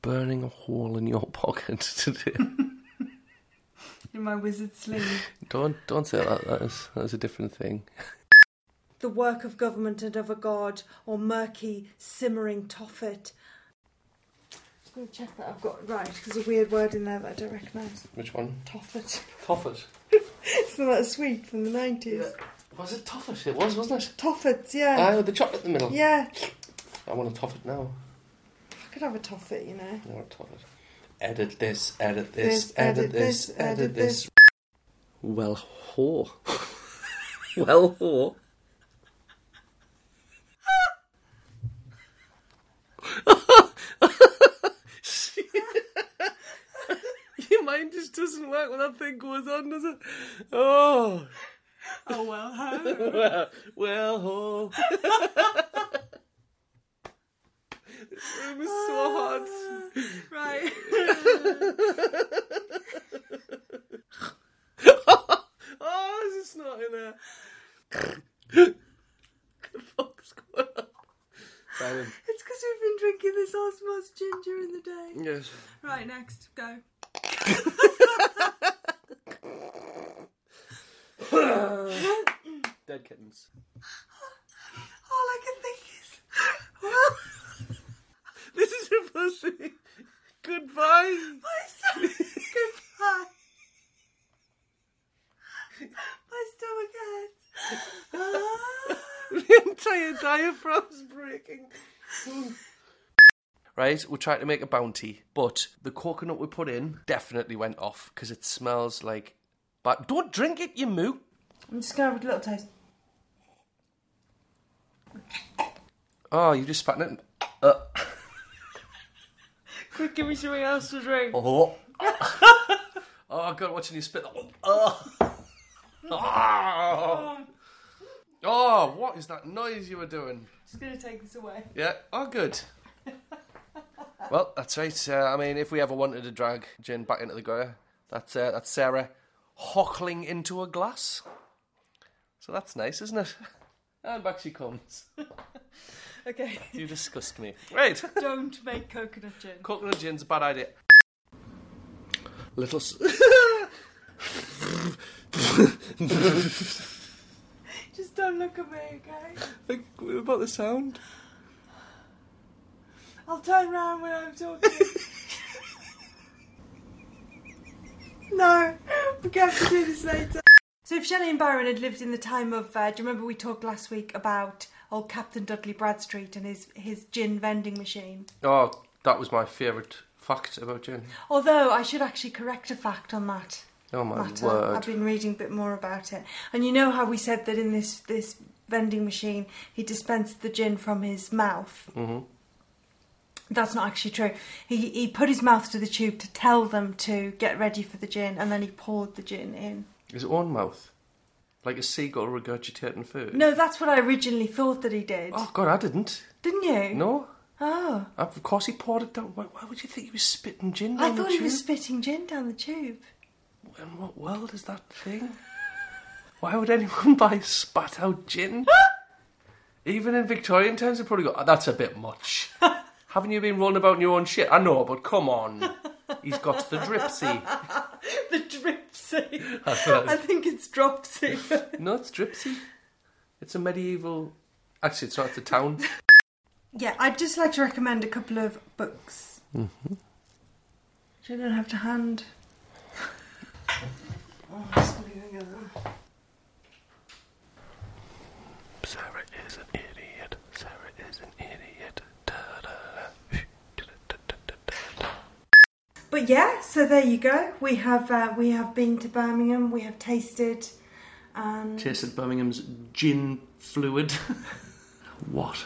Speaker 1: Burning a hole in your pocket today.
Speaker 2: In my wizard sleeve.
Speaker 1: Don't don't say that. That is that is a different thing.
Speaker 2: the work of government and of a god, or murky, simmering Tophet. Just going to check that I've got it right, 'cause there's a weird word in there that I don't recognise.
Speaker 1: Which one?
Speaker 2: Tophet.
Speaker 1: Toffers.
Speaker 2: Isn't that sweet from the 90s?
Speaker 1: Was it Toffers? It was, wasn't it?
Speaker 2: Toffets,
Speaker 1: Ah,
Speaker 2: yeah.
Speaker 1: with the chocolate in the middle.
Speaker 2: yeah.
Speaker 1: I want a Toffet now.
Speaker 2: I could have a Toffet, you know.
Speaker 1: I want a Toffet. Edit this. Edit
Speaker 2: This, edit this, edit this.
Speaker 1: Well, whore. well, whore. Your mind just doesn't work when that thing goes on, does it? Oh,
Speaker 2: Oh, well, ho.
Speaker 1: well, well, oh. this room is so hot.
Speaker 2: right.
Speaker 1: Oh, is this not in there? Good fuck's going on. Simon.
Speaker 2: It's because we've been drinking this Osmos gin during the day.
Speaker 1: Yes.
Speaker 2: Right, next, go.
Speaker 1: Dead kittens.
Speaker 2: All I can think is, well,
Speaker 1: This is supposed to be goodbye.
Speaker 2: my stomach, goodbye. My stomach hurts. Ah.
Speaker 1: the entire diaphragm's breaking. Right, we're trying to make a bounty, but the coconut we put in definitely went off because it smells like. But don't drink it, you moot.
Speaker 2: I'm just going to have a little taste.
Speaker 1: Oh, you just spat in it. Uh,
Speaker 2: Quick, give me something else to drink.
Speaker 1: oh. oh God, watching you spit. that- Oh. Oh.
Speaker 2: Oh, I'm
Speaker 1: oh, what is that noise you were doing?
Speaker 2: just going to take this away.
Speaker 1: Yeah. Oh, good. well, that's right. Uh, I mean, if we ever wanted to drag Jin back into the gutter, that's uh, that's Sarah hockling into a glass. So that's nice, isn't it? And back she comes.
Speaker 3: Okay.
Speaker 1: You disgust me. Right.
Speaker 3: Don't make coconut gin.
Speaker 1: Coconut gin's a bad idea. Little. S-
Speaker 3: Just don't look at me, okay?
Speaker 1: like, what about the sound?
Speaker 3: I'll turn round when I'm talking.
Speaker 2: No, we're going to do this later. So, if Shelley and Byron had lived in the time of, uh, do you remember we talked last week about old Captain Dudley Bradstreet and his, his gin vending machine?
Speaker 1: Oh, that was my favourite fact about gin.
Speaker 2: Although I should actually correct a fact on that
Speaker 1: Oh my
Speaker 2: matter.
Speaker 1: word.
Speaker 2: I've been reading a bit more about it, and you know how we said that in this this vending machine he dispensed the gin from his mouth.
Speaker 1: Mhm.
Speaker 2: That's not actually true. He he put his mouth to the tube to tell them to get ready for the gin, and then he poured the gin in.
Speaker 1: His own mouth. Like a seagull regurgitating food.
Speaker 2: No, that's what I originally thought that he did.
Speaker 1: Oh god, I didn't.
Speaker 2: Didn't you?
Speaker 1: No.
Speaker 2: Oh,
Speaker 1: Of course he poured it down. Why, why would you think he was spitting gin down
Speaker 2: I
Speaker 1: the
Speaker 2: thought he
Speaker 1: tube?
Speaker 2: was spitting gin down the tube.
Speaker 1: In what world is that thing? Why would anyone buy spat out gin? Even in Victorian times, they probably go, "Ah, that's a bit much. Haven't you been rolling about in your own shit? I know, but come on. He's got the dripsy.
Speaker 2: The dripsy.
Speaker 1: That's what I-
Speaker 2: I think it's dropsy.
Speaker 1: no, it's dripsy. It's a medieval. Actually, it's not. It's a town.
Speaker 2: Yeah, I'd just like to recommend a couple of books. Mm-hmm. don't have to hand. oh, I'm just gonna go get them.
Speaker 1: Sarah is an idiot. Sarah is an idiot.
Speaker 2: But yeah, so there you go. We have uh, we have been to Birmingham. We have tasted, um, and
Speaker 1: Tasted Birmingham's gin fluid. what?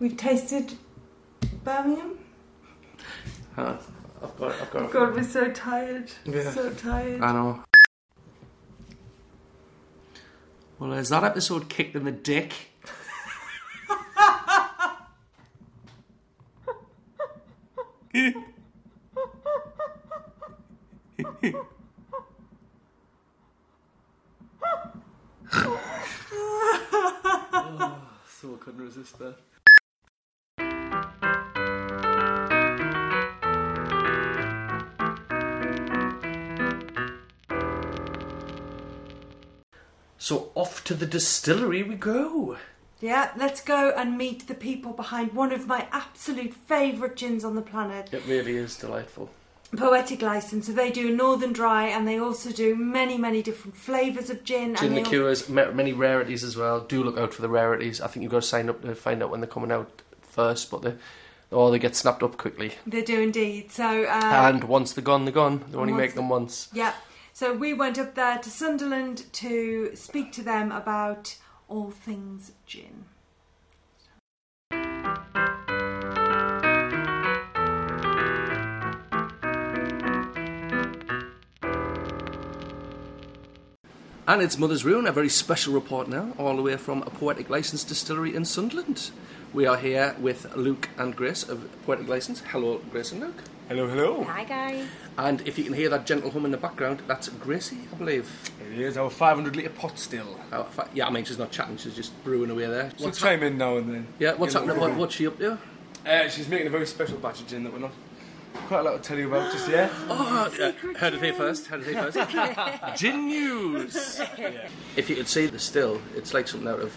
Speaker 2: we've tasted Birmingham.
Speaker 1: Huh? I've got. I've got.
Speaker 2: God, we're so tired.
Speaker 1: Yeah. Uh,
Speaker 2: So tired.
Speaker 1: I know. Well, is that episode kicked in the dick? so I couldn't resist that. So off to the distillery we go.
Speaker 2: Yeah, let's go and meet the people behind one of my absolute favourite gins on the planet.
Speaker 1: It really is delightful.
Speaker 2: Poetic License. So they do Northern Dry and they also do many, many different flavours of gin.
Speaker 1: Gin
Speaker 2: and they
Speaker 1: liqueurs, ma- many rarities as well. Do look out for the rarities. I think you've got to sign up to find out when they're coming out first, but they, oh, they get snapped up quickly.
Speaker 2: al- they do indeed. So, uh,
Speaker 1: and once they're gone, they're gone. They only
Speaker 2: once
Speaker 1: make them once.
Speaker 2: yeah. So we went up there to Sunderland to speak to them about all things gin.
Speaker 1: And it's Mother's Ruin, a very special report now, all the way from a Poetic License distillery in Sunderland. We are here with Luke and Grace of Poetic License. Hello, Grace and Luke.
Speaker 4: Hello, hello.
Speaker 5: Hi guys.
Speaker 1: And if you can hear that gentle hum in the background, that's Gracie, I believe.
Speaker 4: It is our 500 litre pot still.
Speaker 1: Oh, in fact- yeah, I mean, she's not chatting, she's just brewing away there.
Speaker 4: She'll chime in now and then.
Speaker 1: Yeah, what's
Speaker 4: Give it a
Speaker 1: happening? What,
Speaker 4: go.
Speaker 1: what's she up to?
Speaker 4: Uh, she's making a very special batch of gin that we're not quite allowed to tell you about just yet.
Speaker 1: Oh, uh, heard it here first. Heard it here first. Gin news. If you could see the still, it's like something out of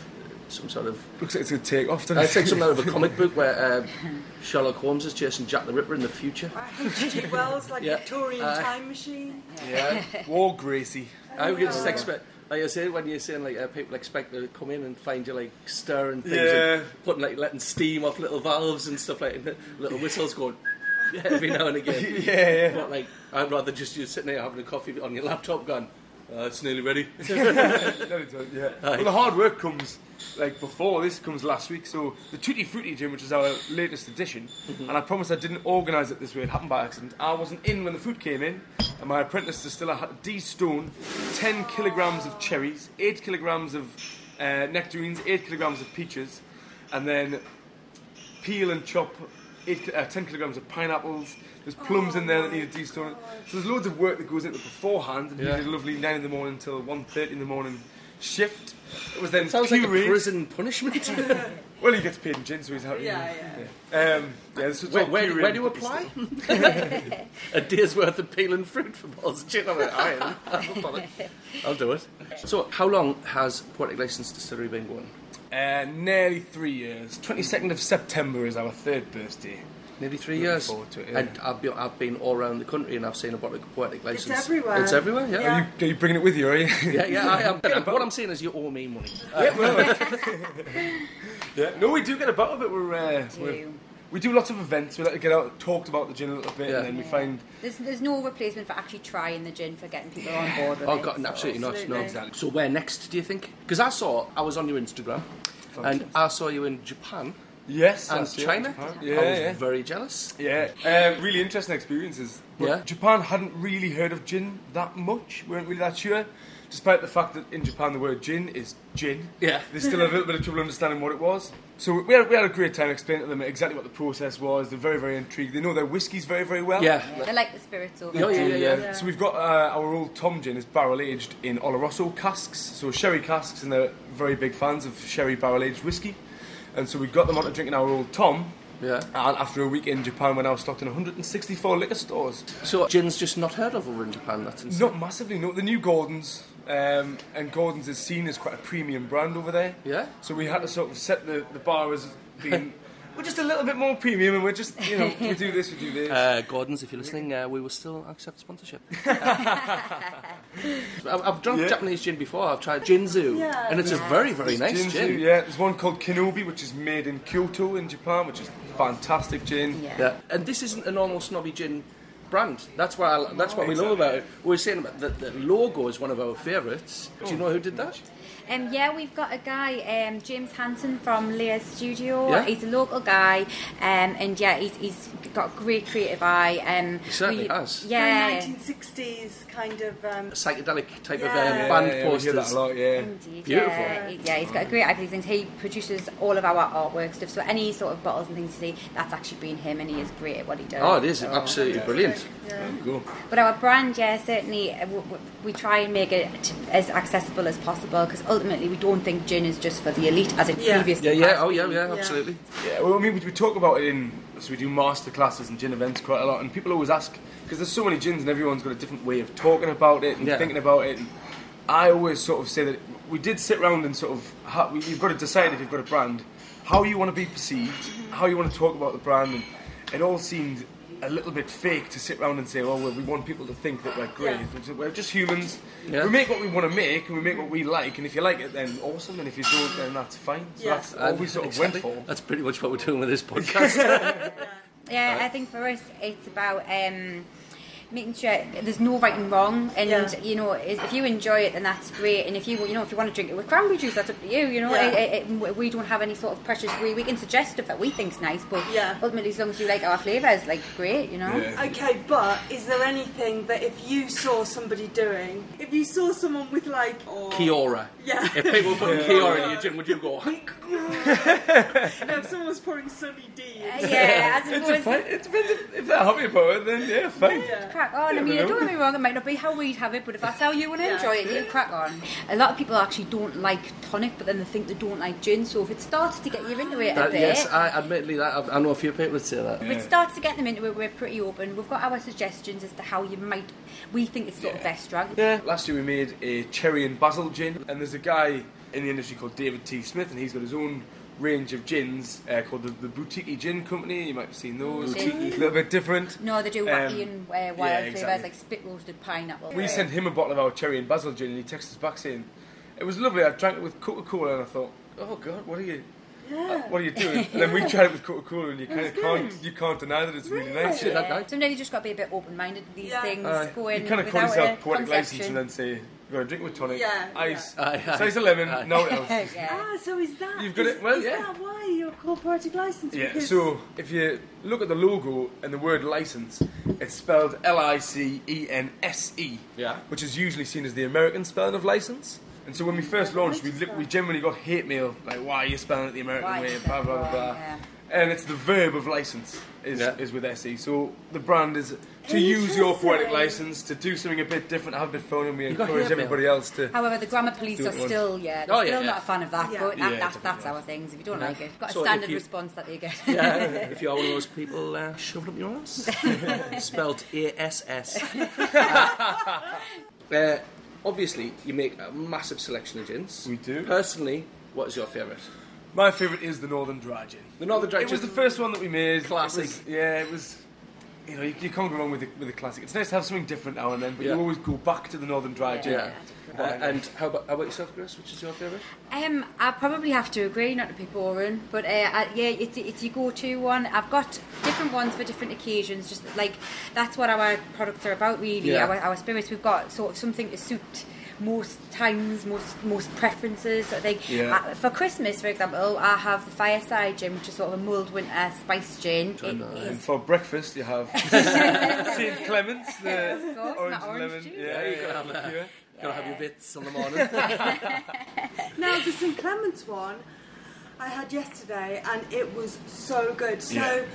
Speaker 1: some sort of.
Speaker 4: Looks like it's going to take off, doesn't
Speaker 1: It's like
Speaker 4: it?
Speaker 1: something out of a comic book where uh, Sherlock Holmes is chasing Jack the Ripper in the future.
Speaker 2: H.G. Wells, like
Speaker 1: Yeah.
Speaker 2: Victorian
Speaker 1: Uh,
Speaker 2: time machine.
Speaker 4: yeah. War Gracie.
Speaker 1: I would just expect, like I say, when you're saying like uh, people expect to come in and find you like stirring things,
Speaker 4: Yeah.
Speaker 1: and putting like letting steam off little valves and stuff like that, little whistles going every now and again.
Speaker 4: Yeah, yeah.
Speaker 1: But like, I'd rather just you sitting there having a coffee on your laptop, going, uh, "It's nearly ready."
Speaker 4: No, it don't, yeah. Well, the hard work comes like before this comes last week. So the Tutti Frutti gin, which is our latest edition, and I promise I didn't organise it this way. It happened by accident. I wasn't in when the fruit came in, and my apprentice distiller had de-stone ten kilograms of cherries, eight kilograms of uh, nectarines, eight kilograms of peaches, and then peel and chop eight, uh, 10 kilograms of pineapples. There's plums in there that needed
Speaker 3: Oh,
Speaker 4: de-stoning. So there's loads of work that goes into it beforehand. And
Speaker 1: Yeah.
Speaker 4: he did a lovely 9 in the morning till 1.30 in the morning shift. It was then
Speaker 1: Sounds
Speaker 4: queue
Speaker 1: like a
Speaker 4: raised.
Speaker 1: prison punishment.
Speaker 4: Well, he gets paid in gin, so he's happy.
Speaker 3: Yeah, yeah.
Speaker 4: Um, yeah, this was
Speaker 1: where,
Speaker 4: all
Speaker 1: where,
Speaker 4: pre-written
Speaker 1: where do you
Speaker 4: for this
Speaker 1: apply? a day's worth of peeling fruit for balls of gin. I'm like, "Aye, then. I'll bother. I'll do it. So, how long has Poetic License Distillery been going?
Speaker 4: stuff. Uh, nearly three years. 22nd of September is our third birthday.
Speaker 1: Nearly three
Speaker 4: Looking
Speaker 1: years.
Speaker 4: forward to it, yeah.
Speaker 1: And I've been, I've been all around the country and I've seen a Poetic, poetic License.
Speaker 2: everywhere.
Speaker 1: It's everywhere, yeah.
Speaker 2: Yeah.
Speaker 4: Are, you, are you bringing it with you, are you?
Speaker 1: Yeah, yeah, I am. What I'm saying is, you owe me money.
Speaker 4: yeah. No, we do get a bottle of it. We're, uh, we're,
Speaker 5: Do.
Speaker 4: we do lots of events. We like to get out, talked about the gin a little bit,
Speaker 1: Yeah.
Speaker 4: and then we find
Speaker 5: There's, there's no replacement for actually trying the gin for getting people on board with
Speaker 1: Oh,
Speaker 5: it.
Speaker 1: God,
Speaker 5: so-
Speaker 1: absolutely not. No,
Speaker 3: absolutely.
Speaker 1: exactly. So, where next, do you think? Because I saw, I was on your Instagram and I saw you in Japan
Speaker 4: yes,
Speaker 1: and
Speaker 4: that's it,
Speaker 1: China.
Speaker 4: Japan.
Speaker 1: I was
Speaker 4: Yeah,
Speaker 1: very jealous.
Speaker 4: yeah, yeah. Um, really interesting experiences. But
Speaker 1: Yeah.
Speaker 4: Japan hadn't really heard of gin that much. We weren't really that sure, despite the fact that in Japan the word gin is gin.
Speaker 1: Yeah.
Speaker 4: There's still a little bit of trouble understanding what it was. So we had, we had a great time explaining to them exactly what the process was. They're very, very intrigued. They know their whiskies very, very well.
Speaker 1: Yeah.
Speaker 5: I like the spirits over
Speaker 1: Yeah, yeah,
Speaker 5: there.
Speaker 1: yeah,
Speaker 4: So we've got uh, our old Tom gin is barrel aged in Oloroso casks, so sherry casks, and they're very big fans of sherry barrel aged whiskey. And so we got them onto drinking our old Tom.
Speaker 1: Yeah.
Speaker 4: And after a week in Japan, we're now stocked in 164 liquor stores.
Speaker 1: So gin's just not heard of over in Japan. That's insane.
Speaker 4: Not massively, no. The new Gordons, um, and Gordons is seen as quite a premium brand over there.
Speaker 1: Yeah.
Speaker 4: So we had to sort of set the, the bar as being, we're just a little bit more premium, and we're just, you know, we do this, we do this.
Speaker 1: Uh, Gordon's, if you're listening, uh, we will still accept sponsorship. I've, I've drunk
Speaker 4: Yeah.
Speaker 1: Japanese gin before. I've tried ginzu,
Speaker 2: Yeah.
Speaker 1: and it's a very, very nice
Speaker 4: Gins,
Speaker 1: gin.
Speaker 4: Yeah, there's one called Kenobi, which is made in Kyoto in Japan, which is fantastic gin.
Speaker 5: Yeah.
Speaker 1: Yeah. And this isn't a normal snobby gin brand. That's why. I, that's what we love
Speaker 4: Exactly.
Speaker 1: about it. We were saying about the, the logo is one of our favourites. Do you
Speaker 2: Oh.
Speaker 1: know who did that?
Speaker 5: Um, yeah, we've got a guy, um, James Hanson from Lear's Studio.
Speaker 1: Yeah.
Speaker 5: He's a local guy, um, and yeah, he's, he's got a great creative eye. Um,
Speaker 1: He certainly has.
Speaker 5: Yeah,
Speaker 2: 1960s kind of. Um,
Speaker 1: Psychedelic type
Speaker 2: Yeah.
Speaker 1: of uh,
Speaker 2: Yeah,
Speaker 1: band
Speaker 4: yeah, we hear
Speaker 1: posters.
Speaker 4: that a lot, yeah.
Speaker 5: indeed.
Speaker 1: Beautiful.
Speaker 5: Yeah, he- yeah, he's got a great eye for these things. He produces all of our artwork stuff, so any sort of bottles and things today, that's actually been him, and he is great at what he does.
Speaker 1: Oh, it is absolutely brilliant.
Speaker 4: Cool.
Speaker 5: But our brand, yeah, certainly, uh, w- w- we try and make it as accessible as possible because ultimately we don't think gin is just for the elite as it
Speaker 2: Yeah.
Speaker 5: previously
Speaker 1: Yeah, yeah,
Speaker 5: has
Speaker 1: oh yeah,
Speaker 5: been.
Speaker 1: yeah,
Speaker 2: Yeah.
Speaker 1: absolutely.
Speaker 4: Yeah, well, I mean, we, we talk about it in, so we do master classes and gin events quite a lot, and people always ask, because there's so many gins and everyone's got a different way of talking about it and
Speaker 1: Yeah.
Speaker 4: thinking about it. And I always sort of say that we did sit round and sort of, ha- we, you've got to decide if you've got a brand, how you want to be perceived, how you want to talk about the brand, and it all seemed a little bit fake to sit round and say, oh, well, we want people to think that we're great. We're just humans.
Speaker 1: Yeah.
Speaker 4: We make what we want to make, and we make what we like, and if you like it, then awesome, and if you don't, then that's fine. So
Speaker 2: Yeah.
Speaker 4: that's all we sort of went
Speaker 1: Exactly.
Speaker 4: for.
Speaker 1: That's pretty much what we're doing with this podcast.
Speaker 5: Yeah, I think for us it's about um, making sure there's no right and wrong, and
Speaker 2: Yeah.
Speaker 5: you know if if you enjoy it, then that's great. And if you you know if you want to drink it with cranberry juice, that's up to you. You know,
Speaker 2: Yeah.
Speaker 5: it, it, it, we don't have any sort of pressures. We we can suggest stuff that we think's nice, but
Speaker 2: Yeah.
Speaker 5: ultimately as long as you like our flavours, like great, you know.
Speaker 4: Yeah.
Speaker 2: okay, but is there anything that if you saw somebody doing, if you saw someone with like. oh,
Speaker 1: Kiora.
Speaker 2: Yeah.
Speaker 1: If people put Kiora in your gin, would you go?
Speaker 2: No, if someone was pouring Sunny D.
Speaker 5: Uh, yeah,
Speaker 4: It's
Speaker 5: I
Speaker 4: a
Speaker 5: suppose.
Speaker 4: fine, it depends if, if they're happy about it, then yeah, fine.
Speaker 5: Crack on. I mean, don't get me wrong, it might not be how we'd have it, but if that's how you want to
Speaker 2: Yeah.
Speaker 5: enjoy it, you crack on. A lot of people actually don't like tonic, but then they think they don't like gin, so if it starts to get you into it a
Speaker 1: That,
Speaker 5: bit.
Speaker 1: Uh, yes, I admittedly that I, I know a few people would say that.
Speaker 5: If it starts to get them into it, we're pretty open. We've got our suggestions as to how you might, we think it's sort of best drunk.
Speaker 4: Yeah. Last year we made a cherry and basil gin, and there's a guy in the industry called David T. Smith, and he's got his own range of gins uh, called the, the Boutique Gin Company. You might have seen those.
Speaker 5: Boutique.
Speaker 4: A little bit different.
Speaker 5: No, they do
Speaker 4: Um,
Speaker 5: wacky and uh, wild
Speaker 4: yeah,
Speaker 5: flavours
Speaker 4: exactly.
Speaker 5: like spit roasted pineapple.
Speaker 4: We sent him a bottle of our cherry and basil gin, and he texted us back saying, "It was lovely. I drank it with Coca Cola, and I thought, oh God, what are you?" uh, What are you doing? And then we tried it with Coca Cola, and you kind of can't you can't deny that it's really nice.
Speaker 1: Actually, that
Speaker 5: yeah.
Speaker 1: night.
Speaker 5: Sometimes you just got to be a bit open minded with these
Speaker 2: Yeah.
Speaker 5: things.
Speaker 1: Aye.
Speaker 5: Go in
Speaker 4: you kind of call
Speaker 5: without
Speaker 4: yourself
Speaker 5: a
Speaker 4: poetic license
Speaker 5: conception.
Speaker 4: and then say, you've got to drink with tonic,
Speaker 2: Yeah,
Speaker 4: ice,
Speaker 1: Aye, aye.
Speaker 4: slice of lemon, no what else.
Speaker 5: yeah.
Speaker 2: Ah, so is that?
Speaker 4: You've got
Speaker 2: is-
Speaker 4: it- well,
Speaker 2: is
Speaker 4: yeah.
Speaker 2: that why you're called poetic license?
Speaker 4: Yeah,
Speaker 2: Because-
Speaker 4: so if you look at the logo and the word license, it's spelled L I C E N S E,
Speaker 1: Yeah.
Speaker 4: which is usually seen as the American spelling of license. And so when we first launched, we, li- we generally got hate mail like, why are you spelling it the American
Speaker 5: Why
Speaker 4: way,
Speaker 5: is
Speaker 4: blah,
Speaker 5: that
Speaker 4: blah, blah,
Speaker 5: wrong?
Speaker 4: blah.
Speaker 5: Yeah.
Speaker 4: and it's the verb of license is,
Speaker 1: Yeah.
Speaker 4: is with SE. So the brand is to use your poetic license to do something a bit different, have a bit fun, and we
Speaker 1: got
Speaker 4: encourage
Speaker 1: here, Bill.
Speaker 4: everybody else to.
Speaker 5: However, the grammar police
Speaker 4: Do it
Speaker 5: are
Speaker 4: once.
Speaker 5: still, yeah, they're
Speaker 1: Oh, yeah,
Speaker 5: still
Speaker 1: yeah.
Speaker 5: not a fan of that,
Speaker 2: Yeah.
Speaker 5: but that,
Speaker 4: Yeah,
Speaker 5: that,
Speaker 4: definitely
Speaker 5: that's
Speaker 4: not.
Speaker 5: our things. If you don't like it, you've got a
Speaker 1: So if
Speaker 5: standard
Speaker 1: you-
Speaker 5: response that you get.
Speaker 1: Yeah, if you're one of those people uh, shoved up your ass, spelt A S S. Uh, Obviously, you make a massive selection of gins.
Speaker 4: We do.
Speaker 1: Personally, what is your favourite?
Speaker 4: My favourite is the Northern Dry Gin.
Speaker 1: The Northern Dry
Speaker 4: It was
Speaker 1: Gin.
Speaker 4: the first one that we made.
Speaker 1: Classic.
Speaker 4: It was- yeah, it was. You know, you, you can't go wrong with a, with a classic. It's nice to have something different now and then, but
Speaker 1: Yeah.
Speaker 4: you always go back to the Northern Dry Gin.
Speaker 1: Yeah. Uh, and how about, how about yourself, Chris? Which is your favourite?
Speaker 5: Um, I probably have to agree, not to be boring, but uh, I, yeah, it's, it's your go-to one. I've got different ones for different occasions. Just like that's what our products are about, really.
Speaker 1: Yeah.
Speaker 5: Our, our spirits. We've got sort of something to suit most times, most most preferences. Sort of thing.
Speaker 4: Yeah.
Speaker 5: Uh, for Christmas, for example, I have the fireside gin, which is sort of a mulled winter spice gin. It
Speaker 4: And
Speaker 5: is,
Speaker 4: for breakfast, you have St. Clements, the
Speaker 5: of course,
Speaker 4: orange,
Speaker 5: my orange
Speaker 4: lemon.
Speaker 5: juice.
Speaker 4: Yeah,
Speaker 1: you gotta
Speaker 4: yeah,
Speaker 1: have that.
Speaker 4: liqueur.
Speaker 1: Gotta have your bits on the morning.
Speaker 2: Now the St Clements one I had yesterday and it was so good. So
Speaker 4: Yeah.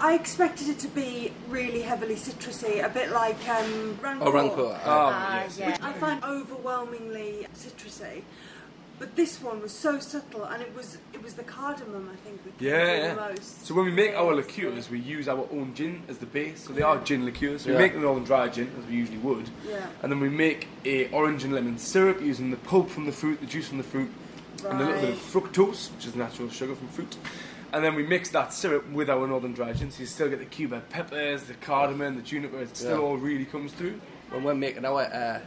Speaker 2: I expected it to be really heavily citrusy, a bit like um, Rancor.
Speaker 1: oh, Rancor.
Speaker 4: Oh,
Speaker 5: Ah,
Speaker 4: yes.
Speaker 5: yeah.
Speaker 2: I find overwhelmingly citrusy. But this one was so subtle, and it was it was the cardamom I think that
Speaker 4: Yeah,
Speaker 2: killed
Speaker 4: yeah.
Speaker 2: the most.
Speaker 4: So when we make our liqueurs, we use our own gin as the base. So they are gin liqueurs. So
Speaker 1: Yeah.
Speaker 4: we make the northern dry gin as we usually would,
Speaker 2: Yeah.
Speaker 4: and then we make a orange and lemon syrup using the pulp from the fruit, the juice from the fruit, and a little bit of fructose, which is natural sugar from fruit. And then we mix that syrup with our northern dry gin, so you still get the Cuba peppers, the cardamom, the juniper. It still
Speaker 1: Yeah.
Speaker 4: all really comes through.
Speaker 1: When we're making our uh,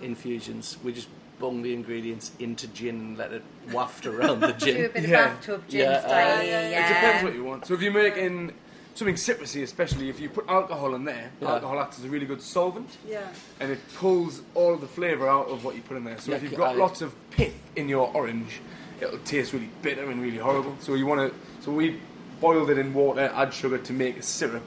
Speaker 1: infusions, we just bung the ingredients into gin and let it waft around the
Speaker 5: do a
Speaker 1: gin.
Speaker 5: bit of
Speaker 4: Yeah.
Speaker 5: bathtub gin
Speaker 1: Yeah, uh,
Speaker 5: style.
Speaker 2: Yeah, yeah,
Speaker 5: Yeah,
Speaker 2: yeah.
Speaker 4: It depends what you want. So if you're making something citrusy, especially if you put alcohol in there,
Speaker 1: Yeah.
Speaker 4: alcohol acts as a really good solvent.
Speaker 2: Yeah.
Speaker 4: and it pulls all of the flavour out of what you put in there. So if
Speaker 1: Yeah,
Speaker 4: you've got
Speaker 1: I-
Speaker 4: lots of pith in your orange, it'll taste really bitter and really horrible. So you want to. So we boiled it in water, add sugar to make a syrup,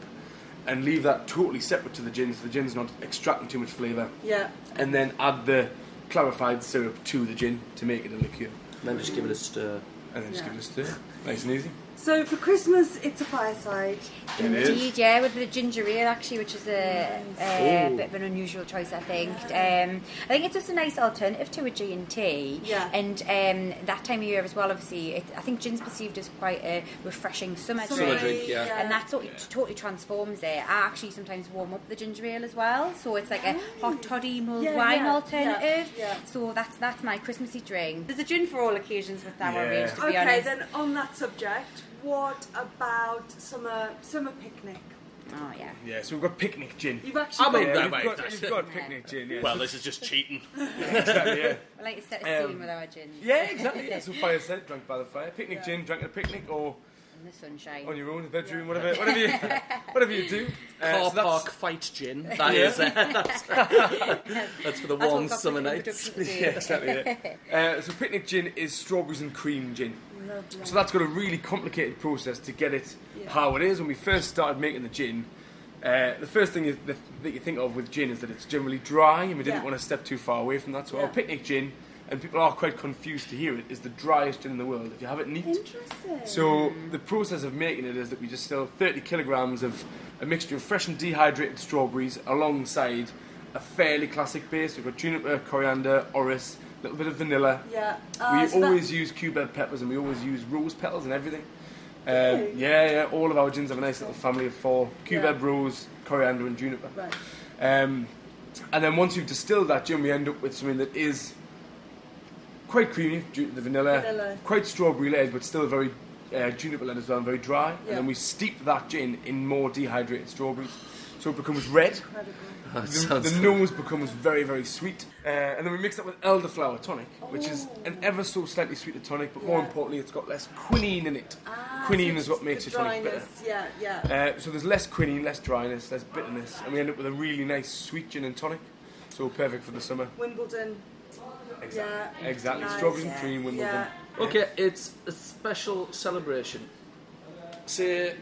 Speaker 4: and leave that totally separate to the gin, so the gin's not extracting too much flavour.
Speaker 2: Yeah.
Speaker 4: And then add the clarified syrup to the gin to make it a liqueur,
Speaker 1: And then just give it a stir.
Speaker 4: and then just
Speaker 2: Yeah.
Speaker 4: give it a stir. Nice and easy.
Speaker 2: So for Christmas, it's a fireside.
Speaker 4: It is.
Speaker 5: Indeed, yeah, with the ginger ale actually, which is a, a bit of an unusual choice, I think. Um, I think it's just a nice alternative to a G and T.
Speaker 2: Yeah.
Speaker 5: And um, that time of year as well, obviously, it, I think gin's perceived as quite a refreshing summer,
Speaker 1: Summer drink, yeah.
Speaker 5: and that sort of totally transforms it. I actually sometimes warm up the ginger ale as well, so it's like a hot toddy mulled
Speaker 2: Yeah,
Speaker 5: wine
Speaker 2: yeah,
Speaker 5: alternative.
Speaker 2: yeah, yeah.
Speaker 5: So that's that's my Christmassy drink. There's a gin for all occasions with our
Speaker 4: Yeah.
Speaker 5: range, to be
Speaker 2: okay,
Speaker 5: honest.
Speaker 2: then on that subject, what about summer summer picnic?
Speaker 5: Oh yeah.
Speaker 4: Yeah. So we've got picnic gin.
Speaker 2: You've actually
Speaker 1: I mean,
Speaker 2: got-
Speaker 1: no,
Speaker 4: yeah,
Speaker 1: wait,
Speaker 4: you've, got,
Speaker 1: that's-
Speaker 4: you've got picnic gin. Yeah.
Speaker 1: Well, this is just cheating.
Speaker 4: exactly, yeah.
Speaker 5: I like to set a scene
Speaker 4: Um,
Speaker 5: with our gin
Speaker 4: Yeah, exactly. Yeah. So fireside, drunk by the fire, picnic gin, drunk at a picnic, or
Speaker 5: in the sunshine.
Speaker 4: on your own bedroom, whatever, whatever you, whatever you do. Uh,
Speaker 1: Car
Speaker 4: so that's-
Speaker 1: park fight gin. That is. Uh, that's, that's for the
Speaker 5: That's what
Speaker 1: warm
Speaker 5: got the
Speaker 1: summer nights.
Speaker 5: introduction to
Speaker 4: Yeah,
Speaker 5: do.
Speaker 4: exactly. yeah. Uh, so picnic gin is strawberries and cream gin. So that's got a really complicated process to get it how it is. When we first started making the gin, uh, the first thing is that, that you think of with gin is that it's generally dry, and we didn't
Speaker 2: Yeah.
Speaker 4: want to step too far away from that. So
Speaker 2: Yeah.
Speaker 4: our picnic gin, and people are quite confused to hear it, is the driest gin in the world. If you have it neat,
Speaker 2: Interesting.
Speaker 4: So the process of making it is that we just sell 30 kilograms of a mixture of fresh and dehydrated strawberries alongside a fairly classic base. We've got juniper, coriander, orris, a little bit of vanilla.
Speaker 2: yeah. Uh,
Speaker 4: we
Speaker 2: so that-
Speaker 4: always use cubeb peppers and we always use rose petals and everything. Um, yeah, yeah. All of our gins have a nice little family of four: cubeb, rose, coriander, and juniper.
Speaker 2: Right.
Speaker 4: Um, and then once you've distilled that gin, we end up with something that is quite creamy, ju- the vanilla,
Speaker 2: Vanilla.
Speaker 4: quite strawberry led, but still very uh, juniper led as well, and very dry.
Speaker 2: Yeah.
Speaker 4: And then we steep that gin in more dehydrated strawberries, so it becomes red.
Speaker 1: That
Speaker 4: The,
Speaker 1: sounds-
Speaker 4: the nose becomes very, very sweet. Uh, and then we mix that with elderflower tonic, which is an ever so slightly sweeter tonic, but more
Speaker 2: Oh. Yeah.
Speaker 4: importantly, it's got less quinine in it.
Speaker 2: Ah,
Speaker 4: quinine
Speaker 2: so
Speaker 4: is what
Speaker 2: just
Speaker 4: makes
Speaker 2: the
Speaker 4: your tonic bitter.
Speaker 2: dryness. Yeah, yeah.
Speaker 4: Uh, so there's less quinine, less dryness, less bitterness, and we end up with a really nice sweet gin and tonic. So perfect for the summer.
Speaker 2: Wimbledon. Yeah.
Speaker 4: Exactly.
Speaker 2: Nice.
Speaker 4: Strawberries and cream, Wimbledon.
Speaker 2: Yeah.
Speaker 1: Okay, it's a special celebration. Say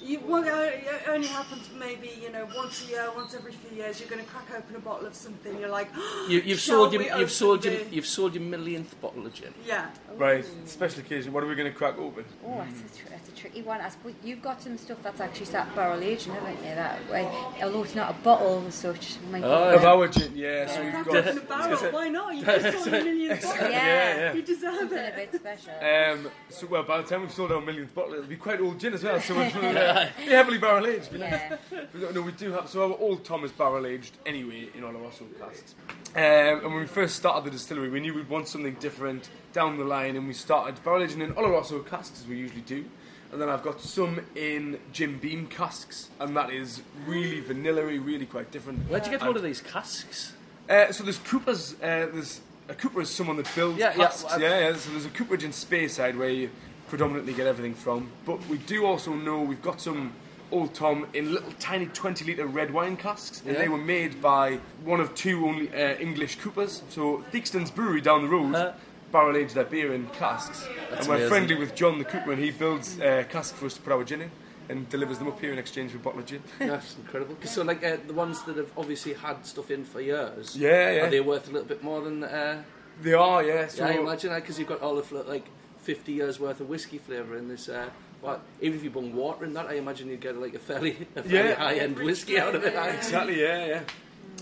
Speaker 2: You, well, it o- it only happens maybe you know once a year, once every few years. You're going to crack open a bottle of something. You're like,
Speaker 1: You, you've
Speaker 2: Shall
Speaker 1: sold your,
Speaker 2: we open
Speaker 1: you've sold your,
Speaker 2: the-
Speaker 1: you've sold your millionth bottle of gin.
Speaker 2: yeah,
Speaker 4: Right, special occasion. What are we going to crack open?
Speaker 5: Oh, that's a, tr- that's a tricky one. I suppose you've got some stuff that's actually sat barrel aged, haven't you? That way, although it's not a bottle and such. we might
Speaker 1: Oh,
Speaker 4: Of
Speaker 5: get-
Speaker 4: our gin, yeah. So
Speaker 2: crack
Speaker 4: we've
Speaker 2: open a
Speaker 4: got.
Speaker 2: barrel. Why not? You just sold a million
Speaker 5: yeah,
Speaker 2: bottles.
Speaker 4: yeah.
Speaker 2: You deserve
Speaker 5: something
Speaker 2: it.
Speaker 5: a bit special.
Speaker 4: Um, so well, by the time we've sold our millionth bottle, it'll be quite old gin as well. So we'll, uh, yeah, heavily barrel aged.
Speaker 5: yeah.
Speaker 4: No, no, we do have. So our old Tom is barrel aged anyway in all of our soap casks. Um, and when we first started the distillery, we knew we'd want something different down the line, and we started barrel aging in all of our soap casks as we usually do. And then I've got some in Jim Beam casks, and that is really vanilla really quite different.
Speaker 1: Where'd you get hold of these casks?
Speaker 4: Uh, so there's Coopers. Uh, there's a Cooper is someone that builds
Speaker 1: Yeah, yeah,
Speaker 4: casks.
Speaker 1: I-
Speaker 4: Yeah, yeah, So there's a Cooperage in Speyside where you predominantly get everything from. But we do also know we've got some Old Tom in little tiny 20 litre red wine casks, and
Speaker 1: Yeah.
Speaker 4: they were made by one of two only uh, English Coopers. So Theakston's Brewery down the road.
Speaker 1: Huh.
Speaker 4: Barrel aged their beer in casks, and we're
Speaker 1: Uh. amazing.
Speaker 4: friendly with John the Cooper, and he builds uh, casks for us to put our gin in, and delivers them up here in exchange for a bottle of gin.
Speaker 1: That's incredible. 'Cause So, like uh, the ones that have obviously had stuff in for years.
Speaker 4: Yeah, yeah.
Speaker 1: Are they worth a little bit more than? Uh,
Speaker 4: They are, yeah. So
Speaker 1: yeah, I imagine because you've got all the fl- like fifty years worth of whiskey flavour in this. Uh, but even if you bung water in that, I imagine you'd get like a fairly, a fairly
Speaker 4: Yeah.
Speaker 1: high end whiskey out of it.
Speaker 4: Exactly, yeah,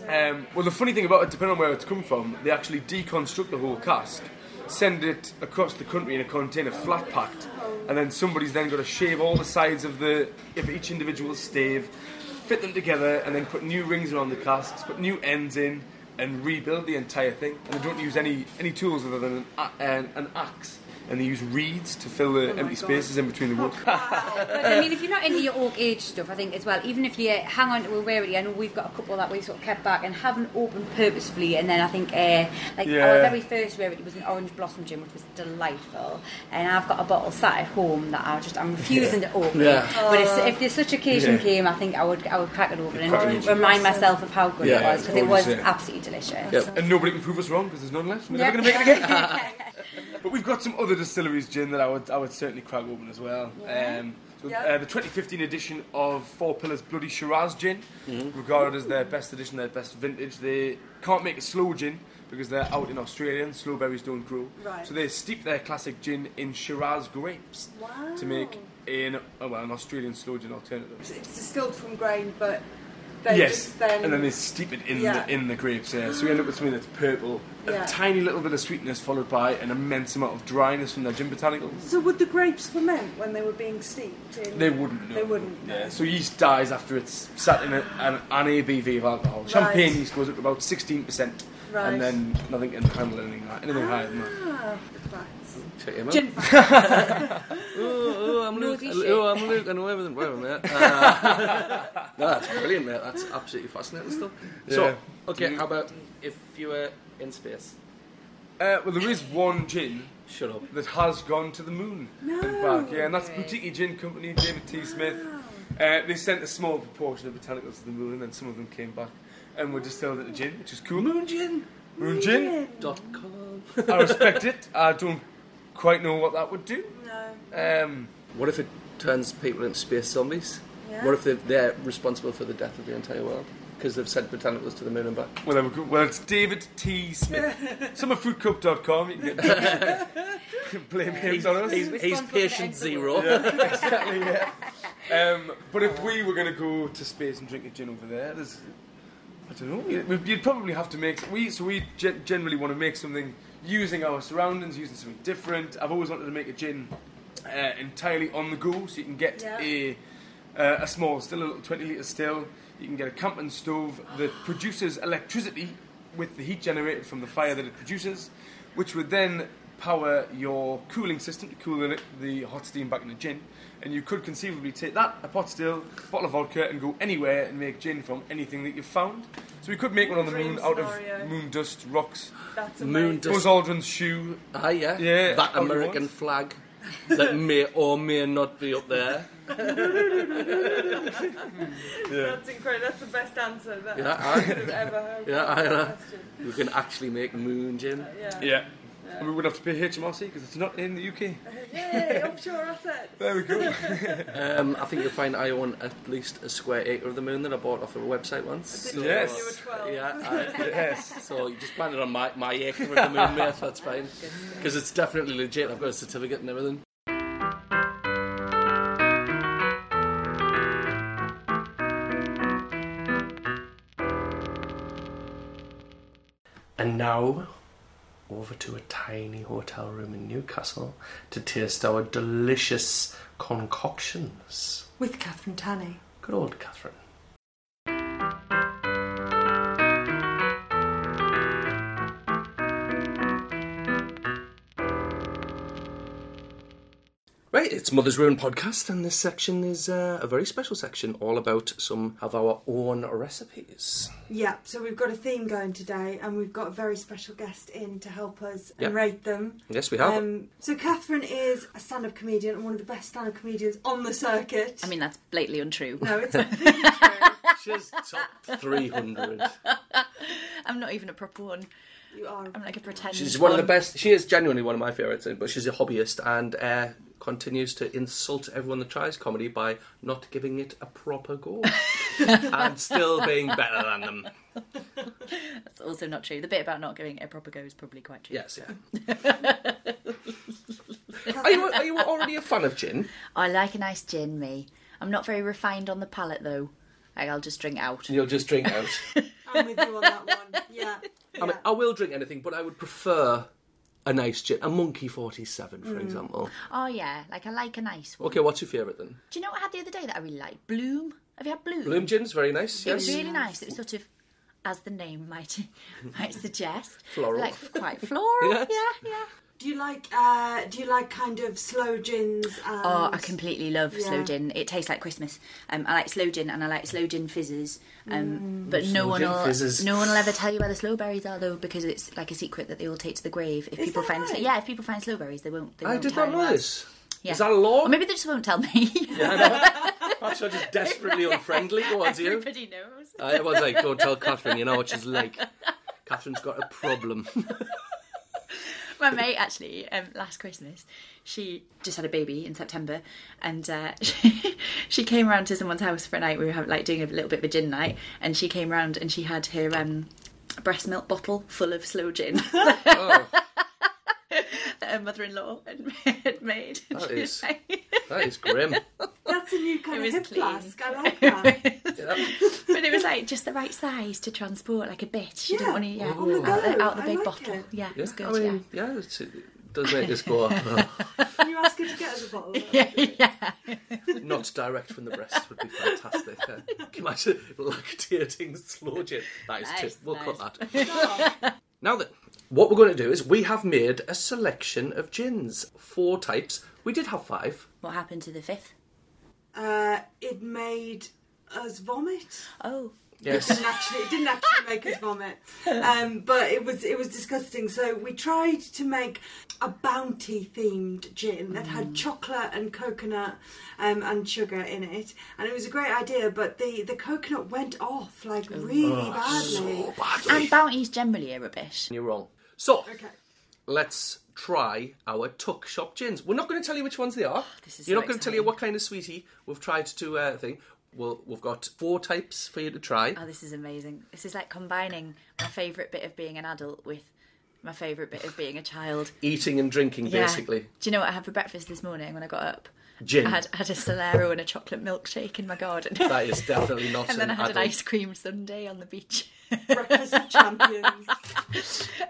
Speaker 4: yeah. Um, well, the funny thing about it, depending on where it's come from, they actually deconstruct the whole cask, send it across the country in a container flat packed, and then somebody's then got to shave all the sides of the of each individual stave, fit them together, and then put new rings around the casks, put new ends in, and rebuild the entire thing. And they don't use any any tools other than an, a- an, an axe, and they use reeds to fill the empty spaces in between the wood.
Speaker 5: But I mean, if you're not into your old age stuff, I think as well, even if you hang on to a rarity, I know we've got a couple that we've sort of kept back and haven't opened purposefully. And then I think, uh, like, our
Speaker 4: Yeah.
Speaker 5: very first rarity was an orange blossom gin, which was delightful. And I've got a bottle sat at home that I just, I'm refusing to open.
Speaker 1: Yeah.
Speaker 5: But if, if there's such occasion
Speaker 4: Yeah.
Speaker 5: came, I think I would, I would crack it open
Speaker 4: Crack it
Speaker 5: and
Speaker 4: open.
Speaker 5: remind myself of how good
Speaker 1: Yeah,
Speaker 5: it was because it was
Speaker 4: always, yeah.
Speaker 5: absolutely delicious.
Speaker 1: Yeah.
Speaker 4: And nobody can prove us wrong because there's none left. We're never
Speaker 5: Yeah.
Speaker 4: going to make it again. But we've got some other distilleries gin that I would I would certainly crack open as well. Um, so,
Speaker 2: Yeah.
Speaker 4: uh, the 2015 edition of Four Pillars Bloody Shiraz Gin, regarded as their best edition, their best vintage. They can't make a slow gin because they're out in Australia and slow berries don't grow.
Speaker 2: Right.
Speaker 4: So they steep their classic gin in Shiraz grapes
Speaker 2: Wow.
Speaker 4: to make an oh, well an Australian slow gin alternative.
Speaker 2: It's distilled from grain, but they
Speaker 4: yes,
Speaker 2: just then
Speaker 4: and then they steep it in
Speaker 2: Yeah.
Speaker 4: the in the grapes. Yeah, so we end up with something that's purple,
Speaker 2: Yeah.
Speaker 4: a tiny little bit of sweetness followed by an immense amount of dryness from their gin botanicals.
Speaker 2: So would the grapes ferment when they were being steeped? In...
Speaker 4: They wouldn't. No.
Speaker 2: They wouldn't, no.
Speaker 4: Yeah. So yeast dies after it's sat in a, an, an ABV of alcohol. Champagne yeast goes up to about sixteen percent,
Speaker 2: Right.
Speaker 4: and then nothing can handle anything, like- anything higher than that.
Speaker 2: Ah, good facts.
Speaker 1: Check him out.
Speaker 2: Gin facts.
Speaker 1: Oh, oh, I'm Luke.
Speaker 5: Nosy shit.
Speaker 1: Oh, I'm Luke. I know everything. Whatever, mate. Uh, no, that's brilliant, mate. That's absolutely fascinating stuff.
Speaker 4: Yeah.
Speaker 1: So, okay, how about if you were in space?
Speaker 4: Uh, well, there is one gin
Speaker 1: Shut up.
Speaker 4: that has gone to the moon and back. Yeah, and
Speaker 2: Oh,
Speaker 4: that's Boutique Gin Company, David T. Smith.
Speaker 2: Ah,
Speaker 4: Uh, they sent a small proportion of botanicals to the moon, and then some of them came back, and were distilled into gin, which is cool. Moon gin. Moon gin.
Speaker 1: Dot com.
Speaker 4: I respect it. I don't quite know what that would do.
Speaker 2: No.
Speaker 4: Um,
Speaker 1: What if it turns people into space zombies?
Speaker 2: Yeah.
Speaker 1: What if they're, they're responsible for the death of the entire world because they've sent botanicals to the moon and back?
Speaker 4: Well, there we go. well, it's David T. Smith. Summerfruitcup.com. You can get blame games on us.
Speaker 1: He's, he's
Speaker 5: responsible for the
Speaker 1: patient
Speaker 5: end of the
Speaker 1: zero.
Speaker 4: Exactly, yeah. Um, but if we were going to go to space and drink a gin over there, there's I don't know. You'd, we'd- you'd probably have to make we so we ge- generally want to make something using our surroundings, using something different. I've always wanted to make a gin uh, entirely on the go, so you can get
Speaker 2: Yeah.
Speaker 4: a uh, a small still, a little twenty liter still. You can get a Campman stove that produces electricity with the heat generated from the fire that it produces, which would then power your cooling system to cool the, the hot steam back in the gin. And you could conceivably take that, a pot still, bottle of vodka, and go anywhere and make gin from anything that you've found. So we could make one on the
Speaker 2: Dream
Speaker 4: moon out
Speaker 2: scenario.
Speaker 4: of moon dust, rocks,
Speaker 2: That's amazing.
Speaker 1: Moon
Speaker 4: Buzz
Speaker 1: dust.
Speaker 4: Aldrin's shoe.
Speaker 1: Ah, yeah.
Speaker 4: Yeah,
Speaker 1: That
Speaker 4: all you
Speaker 1: American
Speaker 4: want.
Speaker 1: flag that may or may not be up there.
Speaker 2: That's incredible. That's the best answer that
Speaker 1: Yeah,
Speaker 2: I
Speaker 1: I-
Speaker 2: could have ever heard.
Speaker 1: yeah,
Speaker 2: for
Speaker 1: I
Speaker 2: that
Speaker 1: know.
Speaker 2: question.
Speaker 1: You can actually make moon gin.
Speaker 2: Yeah.
Speaker 4: Yeah. and we would have to pay HMRC because it's not in the UK.
Speaker 6: Yay, offshore assets.
Speaker 4: There we go.
Speaker 1: Um, I think you'll find I own at least a square acre of the moon that I bought off of a website
Speaker 6: I
Speaker 1: once.
Speaker 6: didn't
Speaker 1: So,
Speaker 6: know
Speaker 4: Yes.
Speaker 6: You were 12.
Speaker 1: yeah, I,
Speaker 4: yes.
Speaker 1: so you just planted on my, my acre of the moon, mate. That's fine. Because it's definitely legit. I've got a certificate and everything.
Speaker 7: And now, over to a tiny hotel room in Newcastle to taste our delicious concoctions.
Speaker 2: with Catherine Tanney.
Speaker 7: Good old Catherine.
Speaker 1: Right, it's Mother's Ruin podcast, and this section is uh, a very special section, all about some of our own recipes.
Speaker 2: Yeah, so we've got a theme going today, and we've got a very special guest in to help us and
Speaker 1: Yeah. Oh.
Speaker 2: rate them.
Speaker 1: Yes, we have.
Speaker 2: Um, so Catherine is a stand-up comedian and one of the best stand-up comedians on the circuit.
Speaker 8: I mean, that's blatantly untrue.
Speaker 2: no, it's completely true.
Speaker 1: She's top 300.
Speaker 8: I'm not even a proper one.
Speaker 2: You are.
Speaker 8: I'm like a pretend.
Speaker 1: She's one of the best. She is genuinely one of my favourites, eh, but she's a hobbyist and uh, continues to insult everyone that tries comedy by not giving it a proper go and still being better than them.
Speaker 8: That's also not true. The bit about not giving it a proper go is probably quite true.
Speaker 1: Yes, yeah. are, you, are you already a fan of gin?
Speaker 8: I like a nice gin, me. I'm not very refined on the palate, though. Like, I'll just drink out.
Speaker 1: You'll just drink out.
Speaker 2: I'm with you on that one. Yeah.
Speaker 1: I mean, I will drink anything, but I would prefer a nice gin, a Monkey 47,
Speaker 2: Mm.
Speaker 1: for example.
Speaker 8: Oh, yeah. Like, I like a nice one.
Speaker 1: Okay, what's your favourite then?
Speaker 8: Do you know what I had the other day that I really like? Bloom. Have you had Bloom?
Speaker 1: Bloom gin's very nice,
Speaker 8: It
Speaker 1: yes.
Speaker 8: was really nice. It was sort of, as the name might might suggest,
Speaker 1: Floral.
Speaker 8: like quite floral.
Speaker 1: Yes.
Speaker 8: Yeah, yeah.
Speaker 2: Do you like? Uh, do you like kind of slow gins? And...
Speaker 8: Oh, I completely love
Speaker 2: Yeah.
Speaker 8: slow gin. It tastes like Christmas. Um, I like slow gin and I like slow gin fizzes. Um,
Speaker 2: Mm.
Speaker 8: But no one
Speaker 7: gin
Speaker 8: will
Speaker 7: fizzes.
Speaker 8: no one will ever tell you where the slow berries are though, because it's like a secret that they all take to the grave. If people
Speaker 2: that
Speaker 8: find
Speaker 2: right?
Speaker 8: yeah, if people find slow berries, they won't. They
Speaker 1: I
Speaker 8: won't
Speaker 1: did
Speaker 8: tell
Speaker 1: not
Speaker 8: you
Speaker 1: know
Speaker 8: where.
Speaker 1: this.
Speaker 8: Yeah.
Speaker 1: Is that a law?
Speaker 8: Or maybe they just won't tell me.
Speaker 1: Yeah, I know. Perhaps I'm just desperately unfriendly towards you.
Speaker 8: Everybody knows.
Speaker 1: I was like, don't tell Catherine, you know what she's like. Catherine's got a problem.
Speaker 8: My mate actually, um, last Christmas, she just had a baby in September, and uh, she, she came round to someone's house for a night. We were having, like doing a little bit of a gin night, and she came round and she had her um, breast milk bottle full of slow gin
Speaker 1: Oh,
Speaker 8: that her mother-in-law had, had made. And
Speaker 1: That
Speaker 8: she was
Speaker 1: is-
Speaker 8: like-
Speaker 1: that is grim.
Speaker 2: That's a new kind
Speaker 8: It
Speaker 2: of
Speaker 8: was
Speaker 2: hip
Speaker 8: clean.
Speaker 2: flask. I like that.
Speaker 8: but it was like just the right size to transport, like a bit. She
Speaker 2: Yeah.
Speaker 8: didn't want to yeah,
Speaker 1: Oh
Speaker 2: On the
Speaker 8: out,
Speaker 2: go.
Speaker 8: out the
Speaker 2: I
Speaker 8: big
Speaker 2: like
Speaker 8: bottle.
Speaker 2: it.
Speaker 8: Yeah, it
Speaker 1: Yeah,
Speaker 8: was good.
Speaker 1: I mean, yeah, it's, it does make us go, oh,
Speaker 2: Can you ask her to get us a bottle? of
Speaker 8: yeah. yeah,
Speaker 1: not direct from the breast would be fantastic. Yeah. Can you imagine lactating slow gin? That is
Speaker 8: Nice,
Speaker 1: tip. We'll
Speaker 8: nice.
Speaker 1: cut that. now then, what we're going to do is we have made a selection of gins, four types. We did have five.
Speaker 8: What happened to the fifth?
Speaker 2: it? Uh, it made us vomit.
Speaker 8: Oh,
Speaker 1: Yes.
Speaker 2: didn't actually it didn't actually make us vomit um, but it was it was disgusting so we tried to make a bounty themed gin that
Speaker 8: Mm.
Speaker 2: had chocolate and coconut um, and sugar in it and it was a great idea but the the coconut went off like
Speaker 8: Oh,
Speaker 2: really badly
Speaker 1: so badly.
Speaker 8: and bounties generally are rubbish.
Speaker 1: You're wrong. So,
Speaker 2: okay
Speaker 1: let's try our tuck shop gins. We're not going to tell you which ones they are.
Speaker 8: this is
Speaker 1: You're
Speaker 8: so
Speaker 1: not going to tell you
Speaker 8: exciting.
Speaker 1: what kind of sweetie we've tried to uh, thing. Well, we've got four types for you to try.
Speaker 8: Oh, this is amazing. This is like combining my favourite bit of being an adult with my favourite bit of being a child.
Speaker 1: Eating and drinking,
Speaker 8: Yeah.
Speaker 1: basically.
Speaker 8: Do you know what I had for breakfast this morning when I got up?
Speaker 1: Gin.
Speaker 8: I had, I had a Solero and a chocolate milkshake in my garden.
Speaker 1: That is definitely not
Speaker 8: and then I
Speaker 1: an
Speaker 8: had an
Speaker 1: adult.
Speaker 8: ice cream sundae on the beach.
Speaker 2: breakfast of champions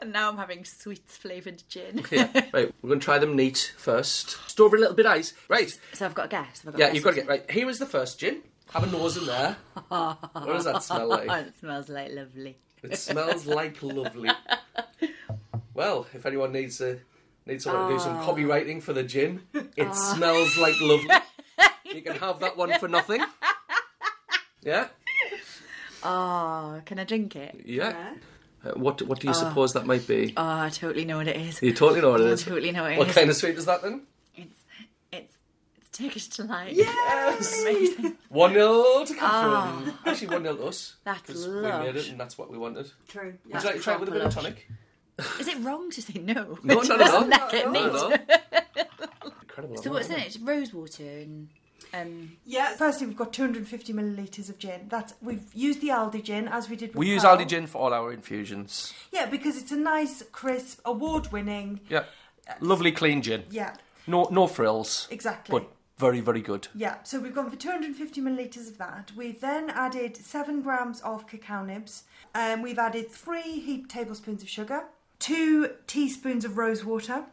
Speaker 8: and now I'm having sweets flavoured gin.
Speaker 1: Yeah. Right, we're going to try them neat first. Store over a little bit of ice. Right,
Speaker 8: So I've got a guess. I've got a
Speaker 1: yeah,
Speaker 8: guess.
Speaker 1: you've got to get right. Here is the first gin. Have a nose in there. What does that smell
Speaker 8: Oh,
Speaker 1: like?
Speaker 8: it smells like lovely.
Speaker 1: It smells like lovely. Well, if anyone needs a needs someone to do
Speaker 8: Oh.
Speaker 1: some copywriting for the gin, it smells like lovely. You can have that one for nothing. Yeah,
Speaker 8: Oh, can I drink it?
Speaker 1: yeah. Uh, what what do you suppose that might be?
Speaker 8: Oh, I totally know what it is.
Speaker 1: You totally know what it
Speaker 8: I
Speaker 1: is.
Speaker 8: totally know what it
Speaker 1: What
Speaker 8: is.
Speaker 1: kind of sweet is that then?
Speaker 8: It's, it's, it's Turkish delight. Yes! Amazing.
Speaker 1: One 0 to Catherine. Actually, one 0 to us.
Speaker 8: Oh. That's
Speaker 1: 'cause We made
Speaker 8: lush.
Speaker 1: it, and that's what we wanted.
Speaker 2: true
Speaker 1: Would you like to try it with a bit of
Speaker 8: proper
Speaker 1: tonic?
Speaker 8: Is it wrong to say no?
Speaker 1: No, no, no, no.
Speaker 8: Doesn't that get
Speaker 1: No,
Speaker 8: me?
Speaker 1: no. Incredible.
Speaker 8: So what's in it? It's Rose water and um,
Speaker 2: Yeah. Firstly, we've got 250 millilitres of gin. That's we've used the Aldi gin as we did. With
Speaker 1: We use
Speaker 2: Pearl.
Speaker 8: Oh.
Speaker 1: Aldi gin for all our infusions.
Speaker 2: Yeah, because it's a nice, crisp, award-winning.
Speaker 1: Yeah. Lovely clean gin.
Speaker 2: Yeah,
Speaker 1: No no frills.
Speaker 2: exactly.
Speaker 1: But very, very good.
Speaker 2: Yeah, so we've gone for 250 millilitres of that. We've then added 7 grams of cacao nibs. Um, we've added 3 heaped tablespoons of sugar, 2 teaspoons of rose water,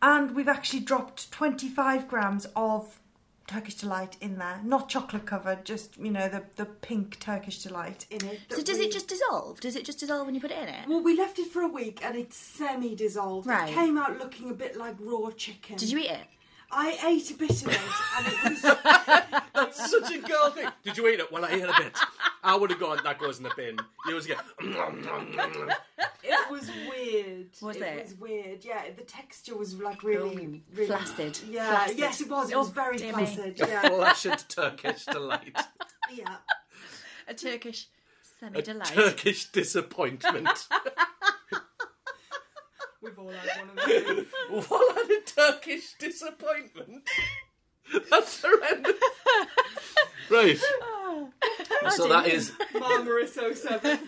Speaker 2: and we've actually dropped 25 grams of Turkish Delight in there. Not chocolate covered, just, you know, the, the pink Turkish Delight in it.
Speaker 8: So
Speaker 2: that
Speaker 8: does
Speaker 2: we-
Speaker 8: it just dissolve? Does it just dissolve when you put it in
Speaker 1: Mm.
Speaker 8: it?
Speaker 2: Well, we left it for a week and it's semi dissolved.
Speaker 8: Right.
Speaker 2: It came out looking a bit like raw chicken.
Speaker 8: Did you eat it?
Speaker 2: I ate a bit of it and it was.
Speaker 1: That's such a girl thing. Did you eat it? Well, I ate a bit. I would have gone, that goes in the bin. You always get.
Speaker 2: It was weird.
Speaker 8: Was it?
Speaker 2: was weird. Yeah, the texture was like
Speaker 1: Oh,
Speaker 2: really, really
Speaker 8: Flaccid.
Speaker 2: Yeah,
Speaker 8: Flaccid.
Speaker 2: yes, it was. It was
Speaker 8: Oh,
Speaker 2: very
Speaker 8: dear me.
Speaker 2: flaccid.
Speaker 1: a
Speaker 2: Yeah,
Speaker 1: flaccid Turkish delight.
Speaker 2: yeah.
Speaker 8: A Turkish semi
Speaker 1: A
Speaker 8: delight.
Speaker 1: Turkish disappointment.
Speaker 2: We've all had one of those.
Speaker 1: what a Turkish disappointment. That's horrendous. Right.
Speaker 8: Ah. Oh,
Speaker 1: so that is
Speaker 2: Marmaris 07.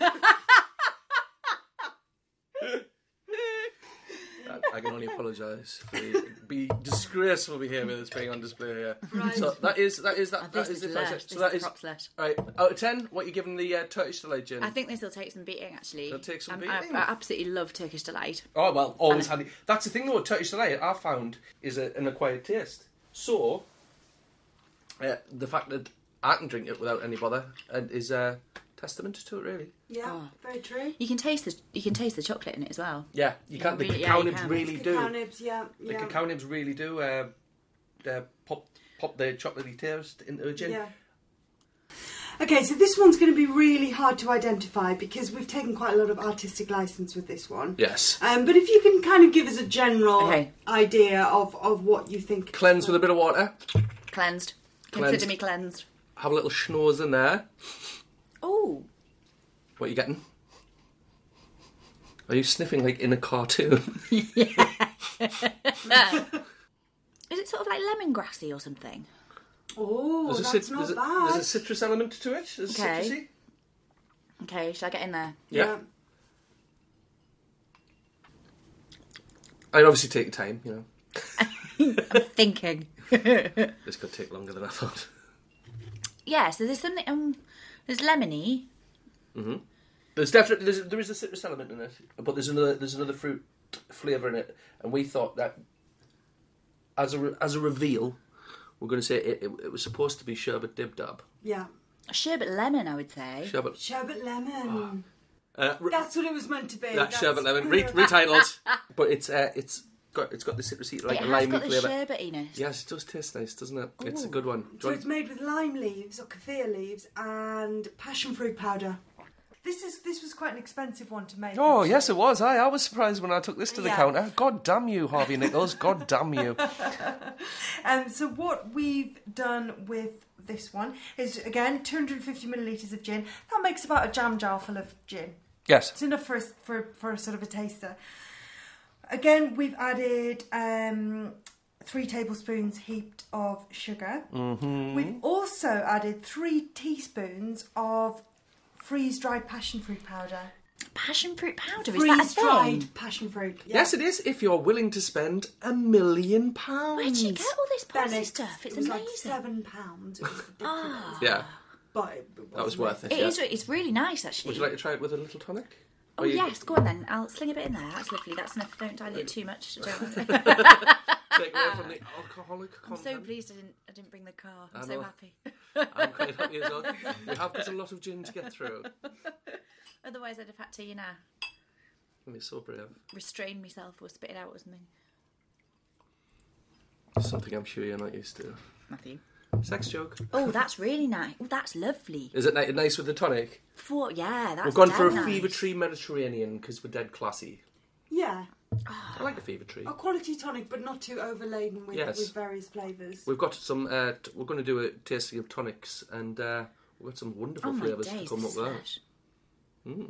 Speaker 1: I- I can only apologise for the be disgraceful behaviour that's being on display here. So that is that is that
Speaker 8: This
Speaker 1: that is
Speaker 8: is
Speaker 1: the
Speaker 8: lush.
Speaker 1: first.
Speaker 8: This
Speaker 1: So that is
Speaker 8: is prop slush.
Speaker 1: right out of ten. What you giving the uh, Turkish delight, Jim?
Speaker 8: I think this will take some beating, actually.
Speaker 1: It'll take some
Speaker 8: Um, I-
Speaker 1: beating.
Speaker 8: I, absolutely love Turkish delight.
Speaker 1: oh well, always handy. That's the thing though. Turkish delight I found is a, an acquired taste. So uh, the fact that I can drink it without any bother uh, is a testament to it, really.
Speaker 2: Yeah, very true.
Speaker 8: You can taste the you can taste the chocolate in it as well.
Speaker 1: Yeah, you can't. The
Speaker 8: really- yeah,
Speaker 1: cacao
Speaker 8: you
Speaker 1: nibs
Speaker 8: can.
Speaker 1: really do.
Speaker 2: Cacao nibs, yeah.
Speaker 1: The
Speaker 2: yeah.
Speaker 1: cacao nibs really do uh, uh, pop pop their chocolatey taste into a gin.
Speaker 2: Yeah. Okay, so this one's going to be really hard to identify because we've taken quite a lot of artistic license with this one.
Speaker 1: Yes.
Speaker 2: Um, but if you can kind of give us a general
Speaker 8: Okay.
Speaker 2: idea of, of what you think.
Speaker 1: Cleanse with a bit of water.
Speaker 8: Cleansed.
Speaker 1: Cleansed.
Speaker 8: Consider me cleansed.
Speaker 1: Have a little schnoz in there.
Speaker 8: Oh,
Speaker 1: What are you getting? Are you sniffing like in a cartoon?
Speaker 8: is it sort of like lemongrassy or something?
Speaker 2: Oh,
Speaker 1: a
Speaker 2: that's
Speaker 1: cit-
Speaker 2: not
Speaker 1: there's, a,
Speaker 2: bad.
Speaker 1: there's a citrus element to it. There's a
Speaker 8: Okay.
Speaker 1: citrusy.
Speaker 8: Okay, shall I get in there?
Speaker 1: Yeah. I'd obviously take your time, you know.
Speaker 8: Thinking.
Speaker 1: This could take longer than I thought.
Speaker 8: Yeah. So there's something. Um, there's lemony.
Speaker 1: There's definitely there's, there is a citrus element in it, but there's another there's another fruit flavour in it, and we thought that as a re- as a reveal, we're going to say it, it, it was supposed to be sherbet dib dab
Speaker 2: Yeah.
Speaker 8: Sherbet lemon, I would say.
Speaker 1: sherbet.
Speaker 2: Sherbet lemon.
Speaker 1: Uh, re-
Speaker 2: That's what it was meant to be.
Speaker 1: that
Speaker 2: That's-
Speaker 1: sherbet lemon re- retitled, but it's uh, it's got it's got the citrusy like
Speaker 8: it
Speaker 1: a
Speaker 8: has
Speaker 1: limey
Speaker 8: got the
Speaker 1: flavour.
Speaker 8: sherbetiness.
Speaker 1: Yes, it does taste nice, doesn't it? It's a good one. Do
Speaker 2: So
Speaker 1: you
Speaker 2: it's
Speaker 1: want-
Speaker 2: made with lime leaves or kaffir leaves and passion fruit powder. This is this was quite an expensive one to make.
Speaker 9: Oh
Speaker 2: actually.
Speaker 9: yes, it was. I I was surprised when I took this to the
Speaker 2: Yeah.
Speaker 9: counter. God damn you, Harvey Nichols. God damn you.
Speaker 2: Um, so what we've done with this one is again 250 millilitres of gin. That makes about a jam jar full of gin.
Speaker 9: Yes.
Speaker 2: It's enough for a, for for a sort of a taster. Again, we've added um, three tablespoons heaped of sugar.
Speaker 1: Mm-hmm.
Speaker 2: We've also added three teaspoons of freeze dried passion fruit powder.
Speaker 8: Passion fruit powder is that a
Speaker 2: Freeze
Speaker 8: thing?
Speaker 2: dried passion fruit. Yeah.
Speaker 1: Yes, it is. If you're willing to spend a million pounds,
Speaker 8: Where do you get all this
Speaker 2: Then
Speaker 8: fancy stuff? It's
Speaker 2: it was
Speaker 8: amazing. Ah.
Speaker 2: like seven pounds. It was ridiculous.
Speaker 1: yeah,
Speaker 2: but it was
Speaker 1: that was worth it.
Speaker 8: It
Speaker 1: yeah.
Speaker 8: is- It's really nice, actually.
Speaker 1: Would you like to try it with a little tonic?
Speaker 8: Oh
Speaker 1: Or you-
Speaker 8: yes, go on then. I'll sling a bit in there. That's lovely. That's enough. Don't dilute too much. Don't.
Speaker 1: take away from the alcoholic
Speaker 8: I'm
Speaker 1: content.
Speaker 8: so pleased I didn't. I didn't bring the car. I'm
Speaker 1: I
Speaker 8: so
Speaker 1: know.
Speaker 8: happy.
Speaker 1: I'm quite happy as well. We have got a lot of gin to get through.
Speaker 8: Otherwise, I'd have had to, you know,
Speaker 1: I'm so brave.
Speaker 8: restrain myself or spit it out or something.
Speaker 1: Something I'm sure you're not used to.
Speaker 8: Matthew.
Speaker 1: Sex joke.
Speaker 8: Oh, that's really nice. Oh, that's lovely.
Speaker 1: Is it ni- nice with the tonic?
Speaker 8: For yeah, that's.
Speaker 1: We've gone for a
Speaker 8: damn nice.
Speaker 1: fever tree Mediterranean because we're dead classy.
Speaker 2: Yeah,
Speaker 1: I like a fever tree.
Speaker 2: a quality tonic, but not too overladen with,
Speaker 1: Yes.
Speaker 2: with various flavours.
Speaker 1: We've got some. Uh, t- we're going to do a tasting of tonics, and uh, we've got some wonderful
Speaker 8: Oh my
Speaker 1: flavours to
Speaker 8: days!
Speaker 1: come
Speaker 8: This
Speaker 1: up
Speaker 8: is
Speaker 1: there.
Speaker 8: lush.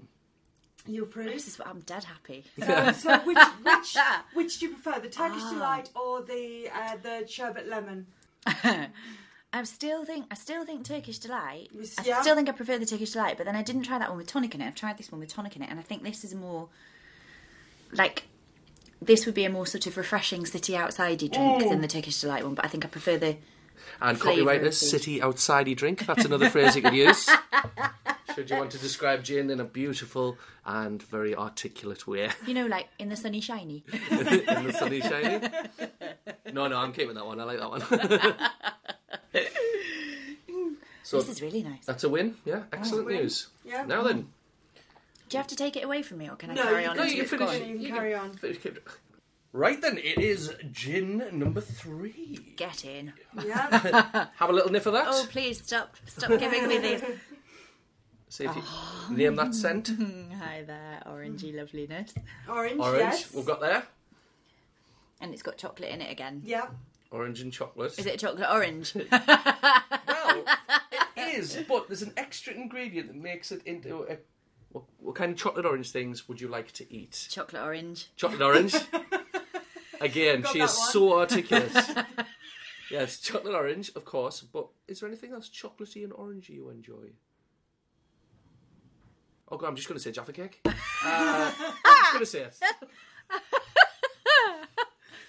Speaker 2: You approve?
Speaker 8: This is what I'm dead happy.
Speaker 2: So, Um, so which which which do you prefer, the Turkish
Speaker 8: Ah.
Speaker 2: delight or the uh, the sherbet lemon?
Speaker 8: I still think I still think Turkish delight.
Speaker 2: Yes,
Speaker 8: I
Speaker 2: yeah.
Speaker 8: still think I prefer the Turkish delight, but then I didn't try that one with tonic in it. I've tried this one with tonic in it, and I think this is more like this would be a more sort of refreshing city outsidey drink than the
Speaker 2: Oh.
Speaker 8: Turkish delight one. But I think I prefer the
Speaker 1: And
Speaker 8: Flavour
Speaker 1: copyright
Speaker 8: of
Speaker 1: this
Speaker 8: food.
Speaker 1: city outsidey drink. That's another phrase you could use. Should you want to describe gin in a beautiful and very articulate way
Speaker 8: you know like in the sunny shiny.
Speaker 1: in the sunny shiny? No, no, I'm keeping that one. I like that one. so
Speaker 8: this is Oh, really nice.
Speaker 1: that's a win. Yeah, excellent
Speaker 2: win.
Speaker 1: news.
Speaker 2: Yeah.
Speaker 1: Now then,
Speaker 8: Do you have to take it away from me, or can I
Speaker 2: No,
Speaker 8: carry
Speaker 2: you
Speaker 8: on?
Speaker 2: can-
Speaker 8: until
Speaker 1: you
Speaker 8: it's
Speaker 1: can
Speaker 8: gone?
Speaker 1: finish.
Speaker 2: You
Speaker 1: You
Speaker 2: can carry on.
Speaker 1: finish it. Right then, it is gin number three.
Speaker 8: Get in.
Speaker 2: Yeah.
Speaker 1: Have a little nip of that.
Speaker 8: Oh please stop! Stop giving me this.
Speaker 1: See if you name that scent.
Speaker 8: Hmm, Hi there, orangey loveliness.
Speaker 2: Orange,
Speaker 1: Orange.
Speaker 2: yes.
Speaker 1: We've got there.
Speaker 8: And it's got chocolate in it again.
Speaker 2: Yeah.
Speaker 1: Orange and chocolate.
Speaker 8: Is it chocolate orange?
Speaker 1: Well, it is, but there's an extra ingredient that makes it into a. What, what kind of chocolate orange things would you like to eat?
Speaker 8: chocolate orange.
Speaker 1: Chocolate orange. Again,
Speaker 2: Got
Speaker 1: she
Speaker 2: that
Speaker 1: is so articulate. yes, chocolate orange, of course. But is there anything else chocolatey and orangey you enjoy? Oh God, I'm just going to say Jaffa cake. Uh, I'm just going to say it.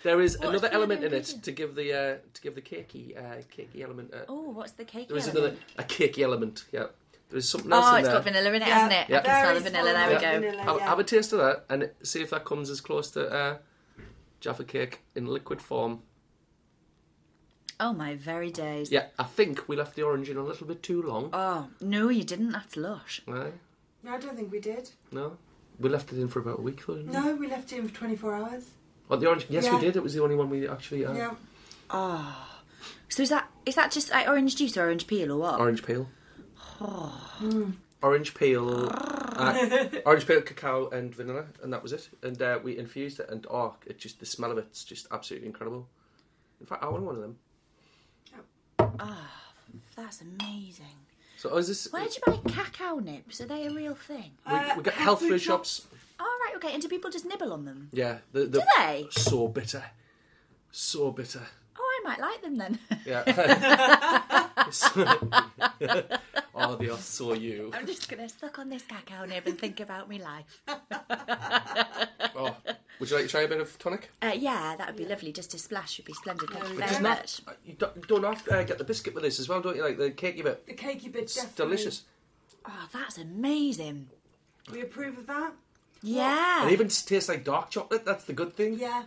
Speaker 1: There is another
Speaker 8: the
Speaker 1: element
Speaker 8: other
Speaker 1: in it
Speaker 8: ingredient?
Speaker 1: to give the uh, to give the cakey uh, cakey element. Uh,
Speaker 8: Oh, what's the cake?
Speaker 1: there is
Speaker 8: element?
Speaker 1: another a cakey element. Yeah, there is something else
Speaker 8: Oh,
Speaker 1: in
Speaker 8: it's
Speaker 1: there.
Speaker 8: got vanilla in it,
Speaker 2: Yeah.
Speaker 8: hasn't it?
Speaker 2: Yeah.
Speaker 8: I can smell the
Speaker 2: Very
Speaker 8: vanilla.
Speaker 2: small
Speaker 8: There
Speaker 2: amount
Speaker 8: we
Speaker 2: of
Speaker 8: go.
Speaker 2: vanilla,
Speaker 1: have,
Speaker 2: yeah.
Speaker 1: have a taste of that and see if that comes as close to uh, Jaffa cake in liquid form.
Speaker 8: Oh my very days.
Speaker 1: Yeah, I think we left the orange in a little bit too long.
Speaker 8: Oh no, you didn't. That's lush.
Speaker 1: Aye,
Speaker 2: No, I don't think we did.
Speaker 1: no, we left it in for about a week, though, didn't we?
Speaker 2: No, we left it in for 24 hours.
Speaker 1: Oh, the orange. Yes,
Speaker 2: Yeah.
Speaker 1: we did. It was the only one we actually. Uh,
Speaker 2: Yeah.
Speaker 8: So is that is that just like orange juice or orange peel or what?
Speaker 1: Orange peel. orange peel. uh, orange peel, cacao, and vanilla, and that was it. And uh, we infused it, and oh, it just the smell of it's just absolutely incredible. In fact, I want one of them.
Speaker 8: That's amazing.
Speaker 1: So oh, is this?
Speaker 8: Where do you buy cacao nibs? Are they a real thing?
Speaker 1: we, we got health food shops.
Speaker 8: All right, okay. And do people just nibble on them?
Speaker 1: Yeah, the, the,
Speaker 8: they?
Speaker 1: so bitter, so bitter.
Speaker 8: Oh, I might like them then.
Speaker 1: Yeah. oh, they are so you.
Speaker 8: I'm just gonna suck on this cacao nib and think about me life.
Speaker 1: Oh, would you like to try a bit of tonic?
Speaker 8: Uh, yeah, that would be lovely. Just a splash would be splendid. Thank you
Speaker 1: Just
Speaker 8: very
Speaker 1: not-
Speaker 8: much.
Speaker 1: uh, you don't, don't have to uh, get the biscuit with this as well, don't you? Like the cakey bit.
Speaker 2: The cakey bit
Speaker 1: It's
Speaker 2: definitely.
Speaker 1: delicious.
Speaker 8: Oh, that's amazing.
Speaker 2: We approve of that?
Speaker 8: Yeah.
Speaker 1: It even tastes like dark chocolate. That's the good thing.
Speaker 2: Yeah.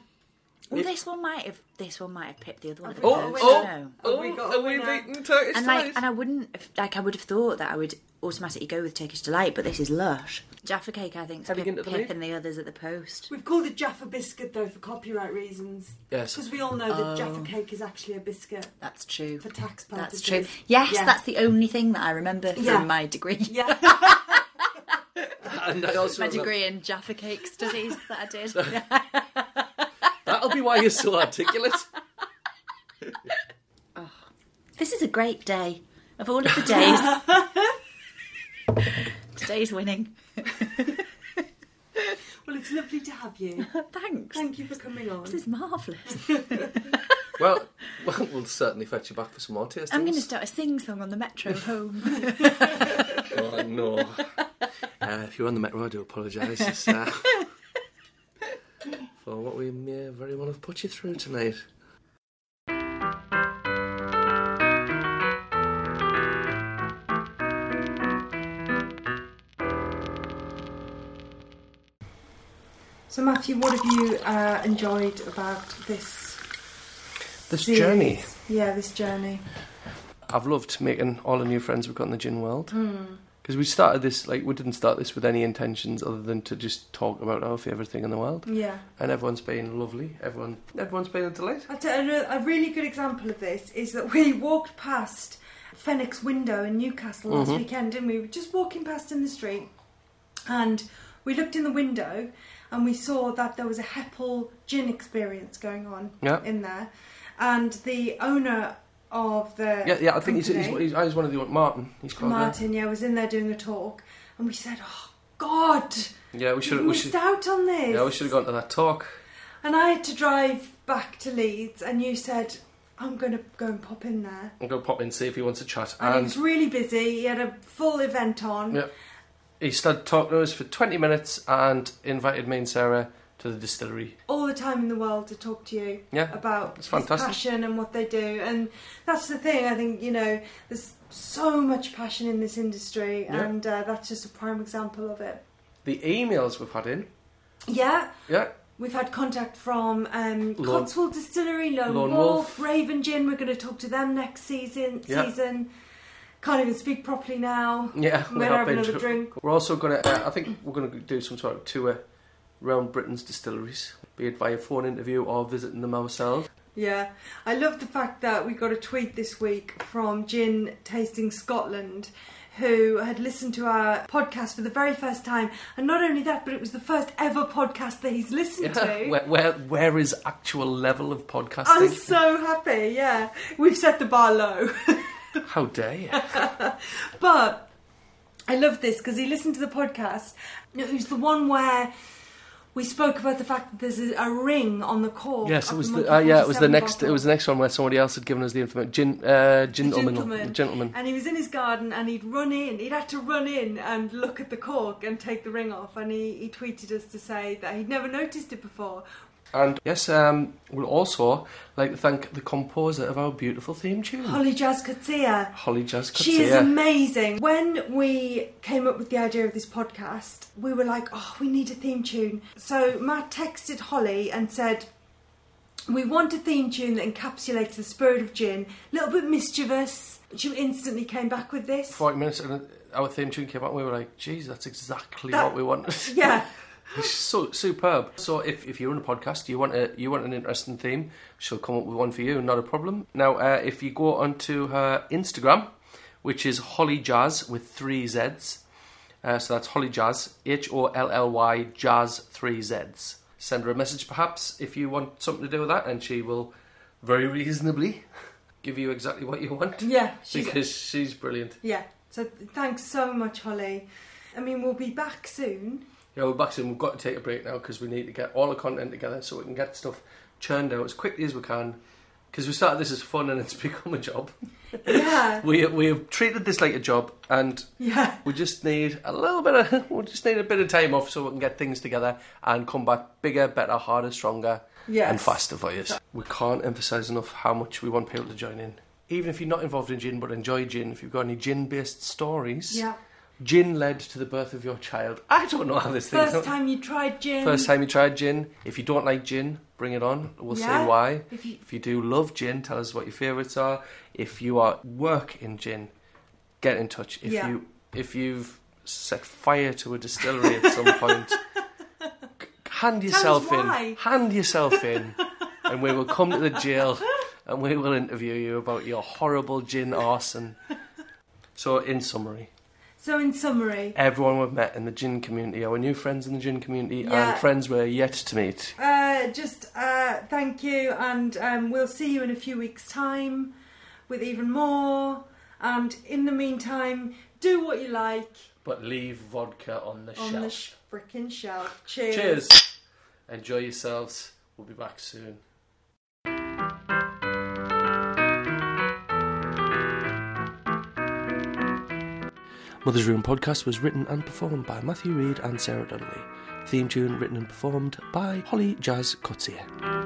Speaker 8: Well, this one might have this one might have pipped the other one. at the
Speaker 1: Oh,
Speaker 8: post,
Speaker 1: oh,
Speaker 8: I know.
Speaker 1: oh,
Speaker 2: Have we got
Speaker 1: are
Speaker 2: a
Speaker 1: we
Speaker 2: winner?
Speaker 1: beating Turkish
Speaker 8: and like,
Speaker 1: delight?
Speaker 8: and I wouldn't have- like I would have thought that I would automatically go with Turkish delight, but this is lush. Jaffa cake, I think, is
Speaker 1: Have you
Speaker 8: pip,
Speaker 1: given it the
Speaker 8: pip
Speaker 1: lead?
Speaker 8: and the others at the post.
Speaker 2: We've called it Jaffa biscuit, though, for copyright reasons.
Speaker 1: Yes. Oh.
Speaker 2: Because we all know that Jaffa cake is actually a biscuit
Speaker 8: That's true.
Speaker 2: for tax purposes.
Speaker 8: That's true. Yes,
Speaker 2: Yeah.
Speaker 8: that's the only thing that I remember
Speaker 2: Yeah.
Speaker 8: from my degree.
Speaker 2: Yeah.
Speaker 1: And I also
Speaker 8: My
Speaker 1: remember-
Speaker 8: degree in Jaffa cake studies that I did.
Speaker 1: That'll be why you're so articulate.
Speaker 8: This is a great day of all of the days. Today's winning.
Speaker 2: well, it's lovely to have you.
Speaker 8: Thanks.
Speaker 2: Thank you for coming on.
Speaker 8: This is marvellous.
Speaker 1: well, well, we'll certainly fetch you back for some more tastings.
Speaker 8: I'm going to start a sing song on the metro home.
Speaker 1: Oh no! Uh, if you're on the metro, I do apologise. It's, uh, for what we may very well have put you through tonight.
Speaker 2: So, Matthew, what have you uh, enjoyed about this?
Speaker 10: This
Speaker 2: series?
Speaker 10: journey.
Speaker 2: Yeah, this journey.
Speaker 10: I've loved making all the new friends we've got in the gin world. Because we started this, like, we didn't start this with any intentions other than to just talk about our favourite thing in the world.
Speaker 2: Yeah.
Speaker 10: And everyone's been lovely. Everyone, everyone's been a delight.
Speaker 2: I tell you, a re- a really good example of this is that we walked past Phoenix Window in Newcastle last
Speaker 10: Mm-hmm.
Speaker 2: weekend, didn't we? We were just walking past in the street, and we looked in the window and we saw that there was a Heppel gin experience going on
Speaker 10: Yeah.
Speaker 2: in there, and the owner of the
Speaker 10: Yeah, yeah. I think he's,
Speaker 2: company,
Speaker 10: he's, he's, he's one of the Martin. He's called uh,
Speaker 2: Martin, yeah, was in there doing a talk, and we said, "Oh, God,
Speaker 1: Yeah, we should.
Speaker 2: you
Speaker 1: We
Speaker 2: missed
Speaker 1: should.
Speaker 2: out on this.
Speaker 1: Yeah, we should have gone to that talk.
Speaker 2: And I had to drive back to Leeds, and you said, I'm going to go and pop in there.
Speaker 1: I'm gonna pop in see if he wants to chat.
Speaker 2: And, he
Speaker 1: And
Speaker 2: was really busy, he had a full event on.
Speaker 1: Yeah. he started talking to us for 20 minutes and invited me and Sarah to the distillery.
Speaker 2: All the time in the world to talk to you
Speaker 1: Yeah,
Speaker 2: about
Speaker 1: it's
Speaker 2: his
Speaker 1: fantastic.
Speaker 2: passion and what they do. And that's the thing, I think, you know, there's so much passion in this industry,
Speaker 1: Yeah.
Speaker 2: and uh, that's just a prime example of it.
Speaker 1: The emails we've had in,
Speaker 2: Yeah,
Speaker 1: yeah,
Speaker 2: We've had contact from um,
Speaker 1: Lone-
Speaker 2: Cotswold Distillery, Lone,
Speaker 1: Lone Wolf.
Speaker 2: Wolf, Raven Gin. We're going to talk to them next season.
Speaker 1: Yeah.
Speaker 2: Season can't even speak properly now.
Speaker 1: yeah.
Speaker 2: We're gonna have another drink.
Speaker 1: We're also gonna. Uh, I think we're gonna do some sort of tour around Britain's distilleries, be it via phone interview or visiting them ourselves.
Speaker 2: Yeah, I love the fact that we got a tweet this week from Gin Tasting Scotland. Who had listened to our podcast for the very first time, and not only that, but it was the first ever podcast that he's listened to.
Speaker 1: where, where where is actual level of podcasting?
Speaker 2: I'm so happy, yeah. We've set the bar low.
Speaker 1: How dare you?
Speaker 2: Oh, But I love this because he listened to the podcast. It was the one where we spoke about the fact that there's a, a ring on the cork.
Speaker 1: Yes,
Speaker 2: of
Speaker 1: it was
Speaker 2: Monkey
Speaker 1: the uh, yeah, it was the
Speaker 2: 47
Speaker 1: next it
Speaker 2: bottle.
Speaker 1: was the next one where somebody else had given us the information. Gin, uh, gentleman,
Speaker 2: gentleman.
Speaker 1: gentleman.
Speaker 2: And he was in his garden and he'd run in, he'd had to run in and look at the cork and take the ring off. And he, he tweeted us to say that he'd never noticed it before.
Speaker 1: And yes, um, we'll also like to thank the composer of our beautiful theme tune, Holly,
Speaker 2: Holly Jazz Katsia.
Speaker 1: Jazz Coetzee.
Speaker 2: She is amazing. When we came up with the idea of this podcast, we were like, oh, we need a theme tune. So Matt texted Holly and said, we want a theme tune that encapsulates the spirit of gin, a little bit mischievous. She instantly came back with this.
Speaker 1: Forty minutes and our theme tune came out, and we were like, "Geez, that's exactly
Speaker 2: That-
Speaker 1: what we want."
Speaker 2: Yeah,
Speaker 1: It's so superb. So if, if you're in a podcast, you want a you want an interesting theme, she'll come up with one for you, not a problem. Now, uh, if you go onto her Instagram, which is Holly Jazz with three Z's, uh, so that's Holly Jazz, H O L L Y Jazz three Z's. Send her a message, perhaps, if you want something to do with that, and she will very reasonably give you exactly what you want
Speaker 2: yeah, she's,
Speaker 1: because she's brilliant.
Speaker 2: yeah. So thanks so much, Holly. I mean, we'll be back soon.
Speaker 1: Yeah, we're back soon. We've got to take a break now because we need to get all the content together so we can get stuff churned out as quickly as we can. Because we started this as fun and it's become a job.
Speaker 2: Yeah,
Speaker 1: We we have treated this like a job, and
Speaker 2: yeah.
Speaker 1: we just need a little bit of we just need a bit of time off so we can get things together and come back bigger, better, harder, stronger,
Speaker 2: Yes.
Speaker 1: and faster for you. We can't emphasise enough how much we want people to join in. Even if you're not involved in gin but enjoy gin, if you've got any gin-based stories,
Speaker 2: Yeah.
Speaker 1: gin led to the birth of your child. I don't know how this thing.
Speaker 2: First time you tried gin.
Speaker 1: First time you tried gin. If you don't like gin, bring it on. We'll
Speaker 2: Yeah.
Speaker 1: say why.
Speaker 2: If you-
Speaker 1: If you do love gin, tell us what your favourites are. If you are work in gin, get in touch. If
Speaker 2: Yeah.
Speaker 1: you if you've set fire to a distillery at some point, c- hand yourself in.
Speaker 2: why.
Speaker 1: Hand yourself in, and we will come to the jail and we will interview you about your horrible gin arson. So, in summary,
Speaker 2: So in summary,
Speaker 1: everyone we've met in the gin community, our new friends in the gin community,
Speaker 2: Yeah.
Speaker 1: and friends we're yet to meet.
Speaker 2: Uh, just uh, thank you, and um, we'll see you in a few weeks' time with even more. And in the meantime, do what you like
Speaker 1: But leave vodka on the
Speaker 2: on
Speaker 1: shelf.
Speaker 2: the sh- frickin' shelf. Cheers.
Speaker 1: Cheers. Enjoy yourselves. We'll be back soon. Mother's Room podcast was written and performed by Matthew Reid and Sarah Donnelly. Theme tune written and performed by Holly Jazz Cotier.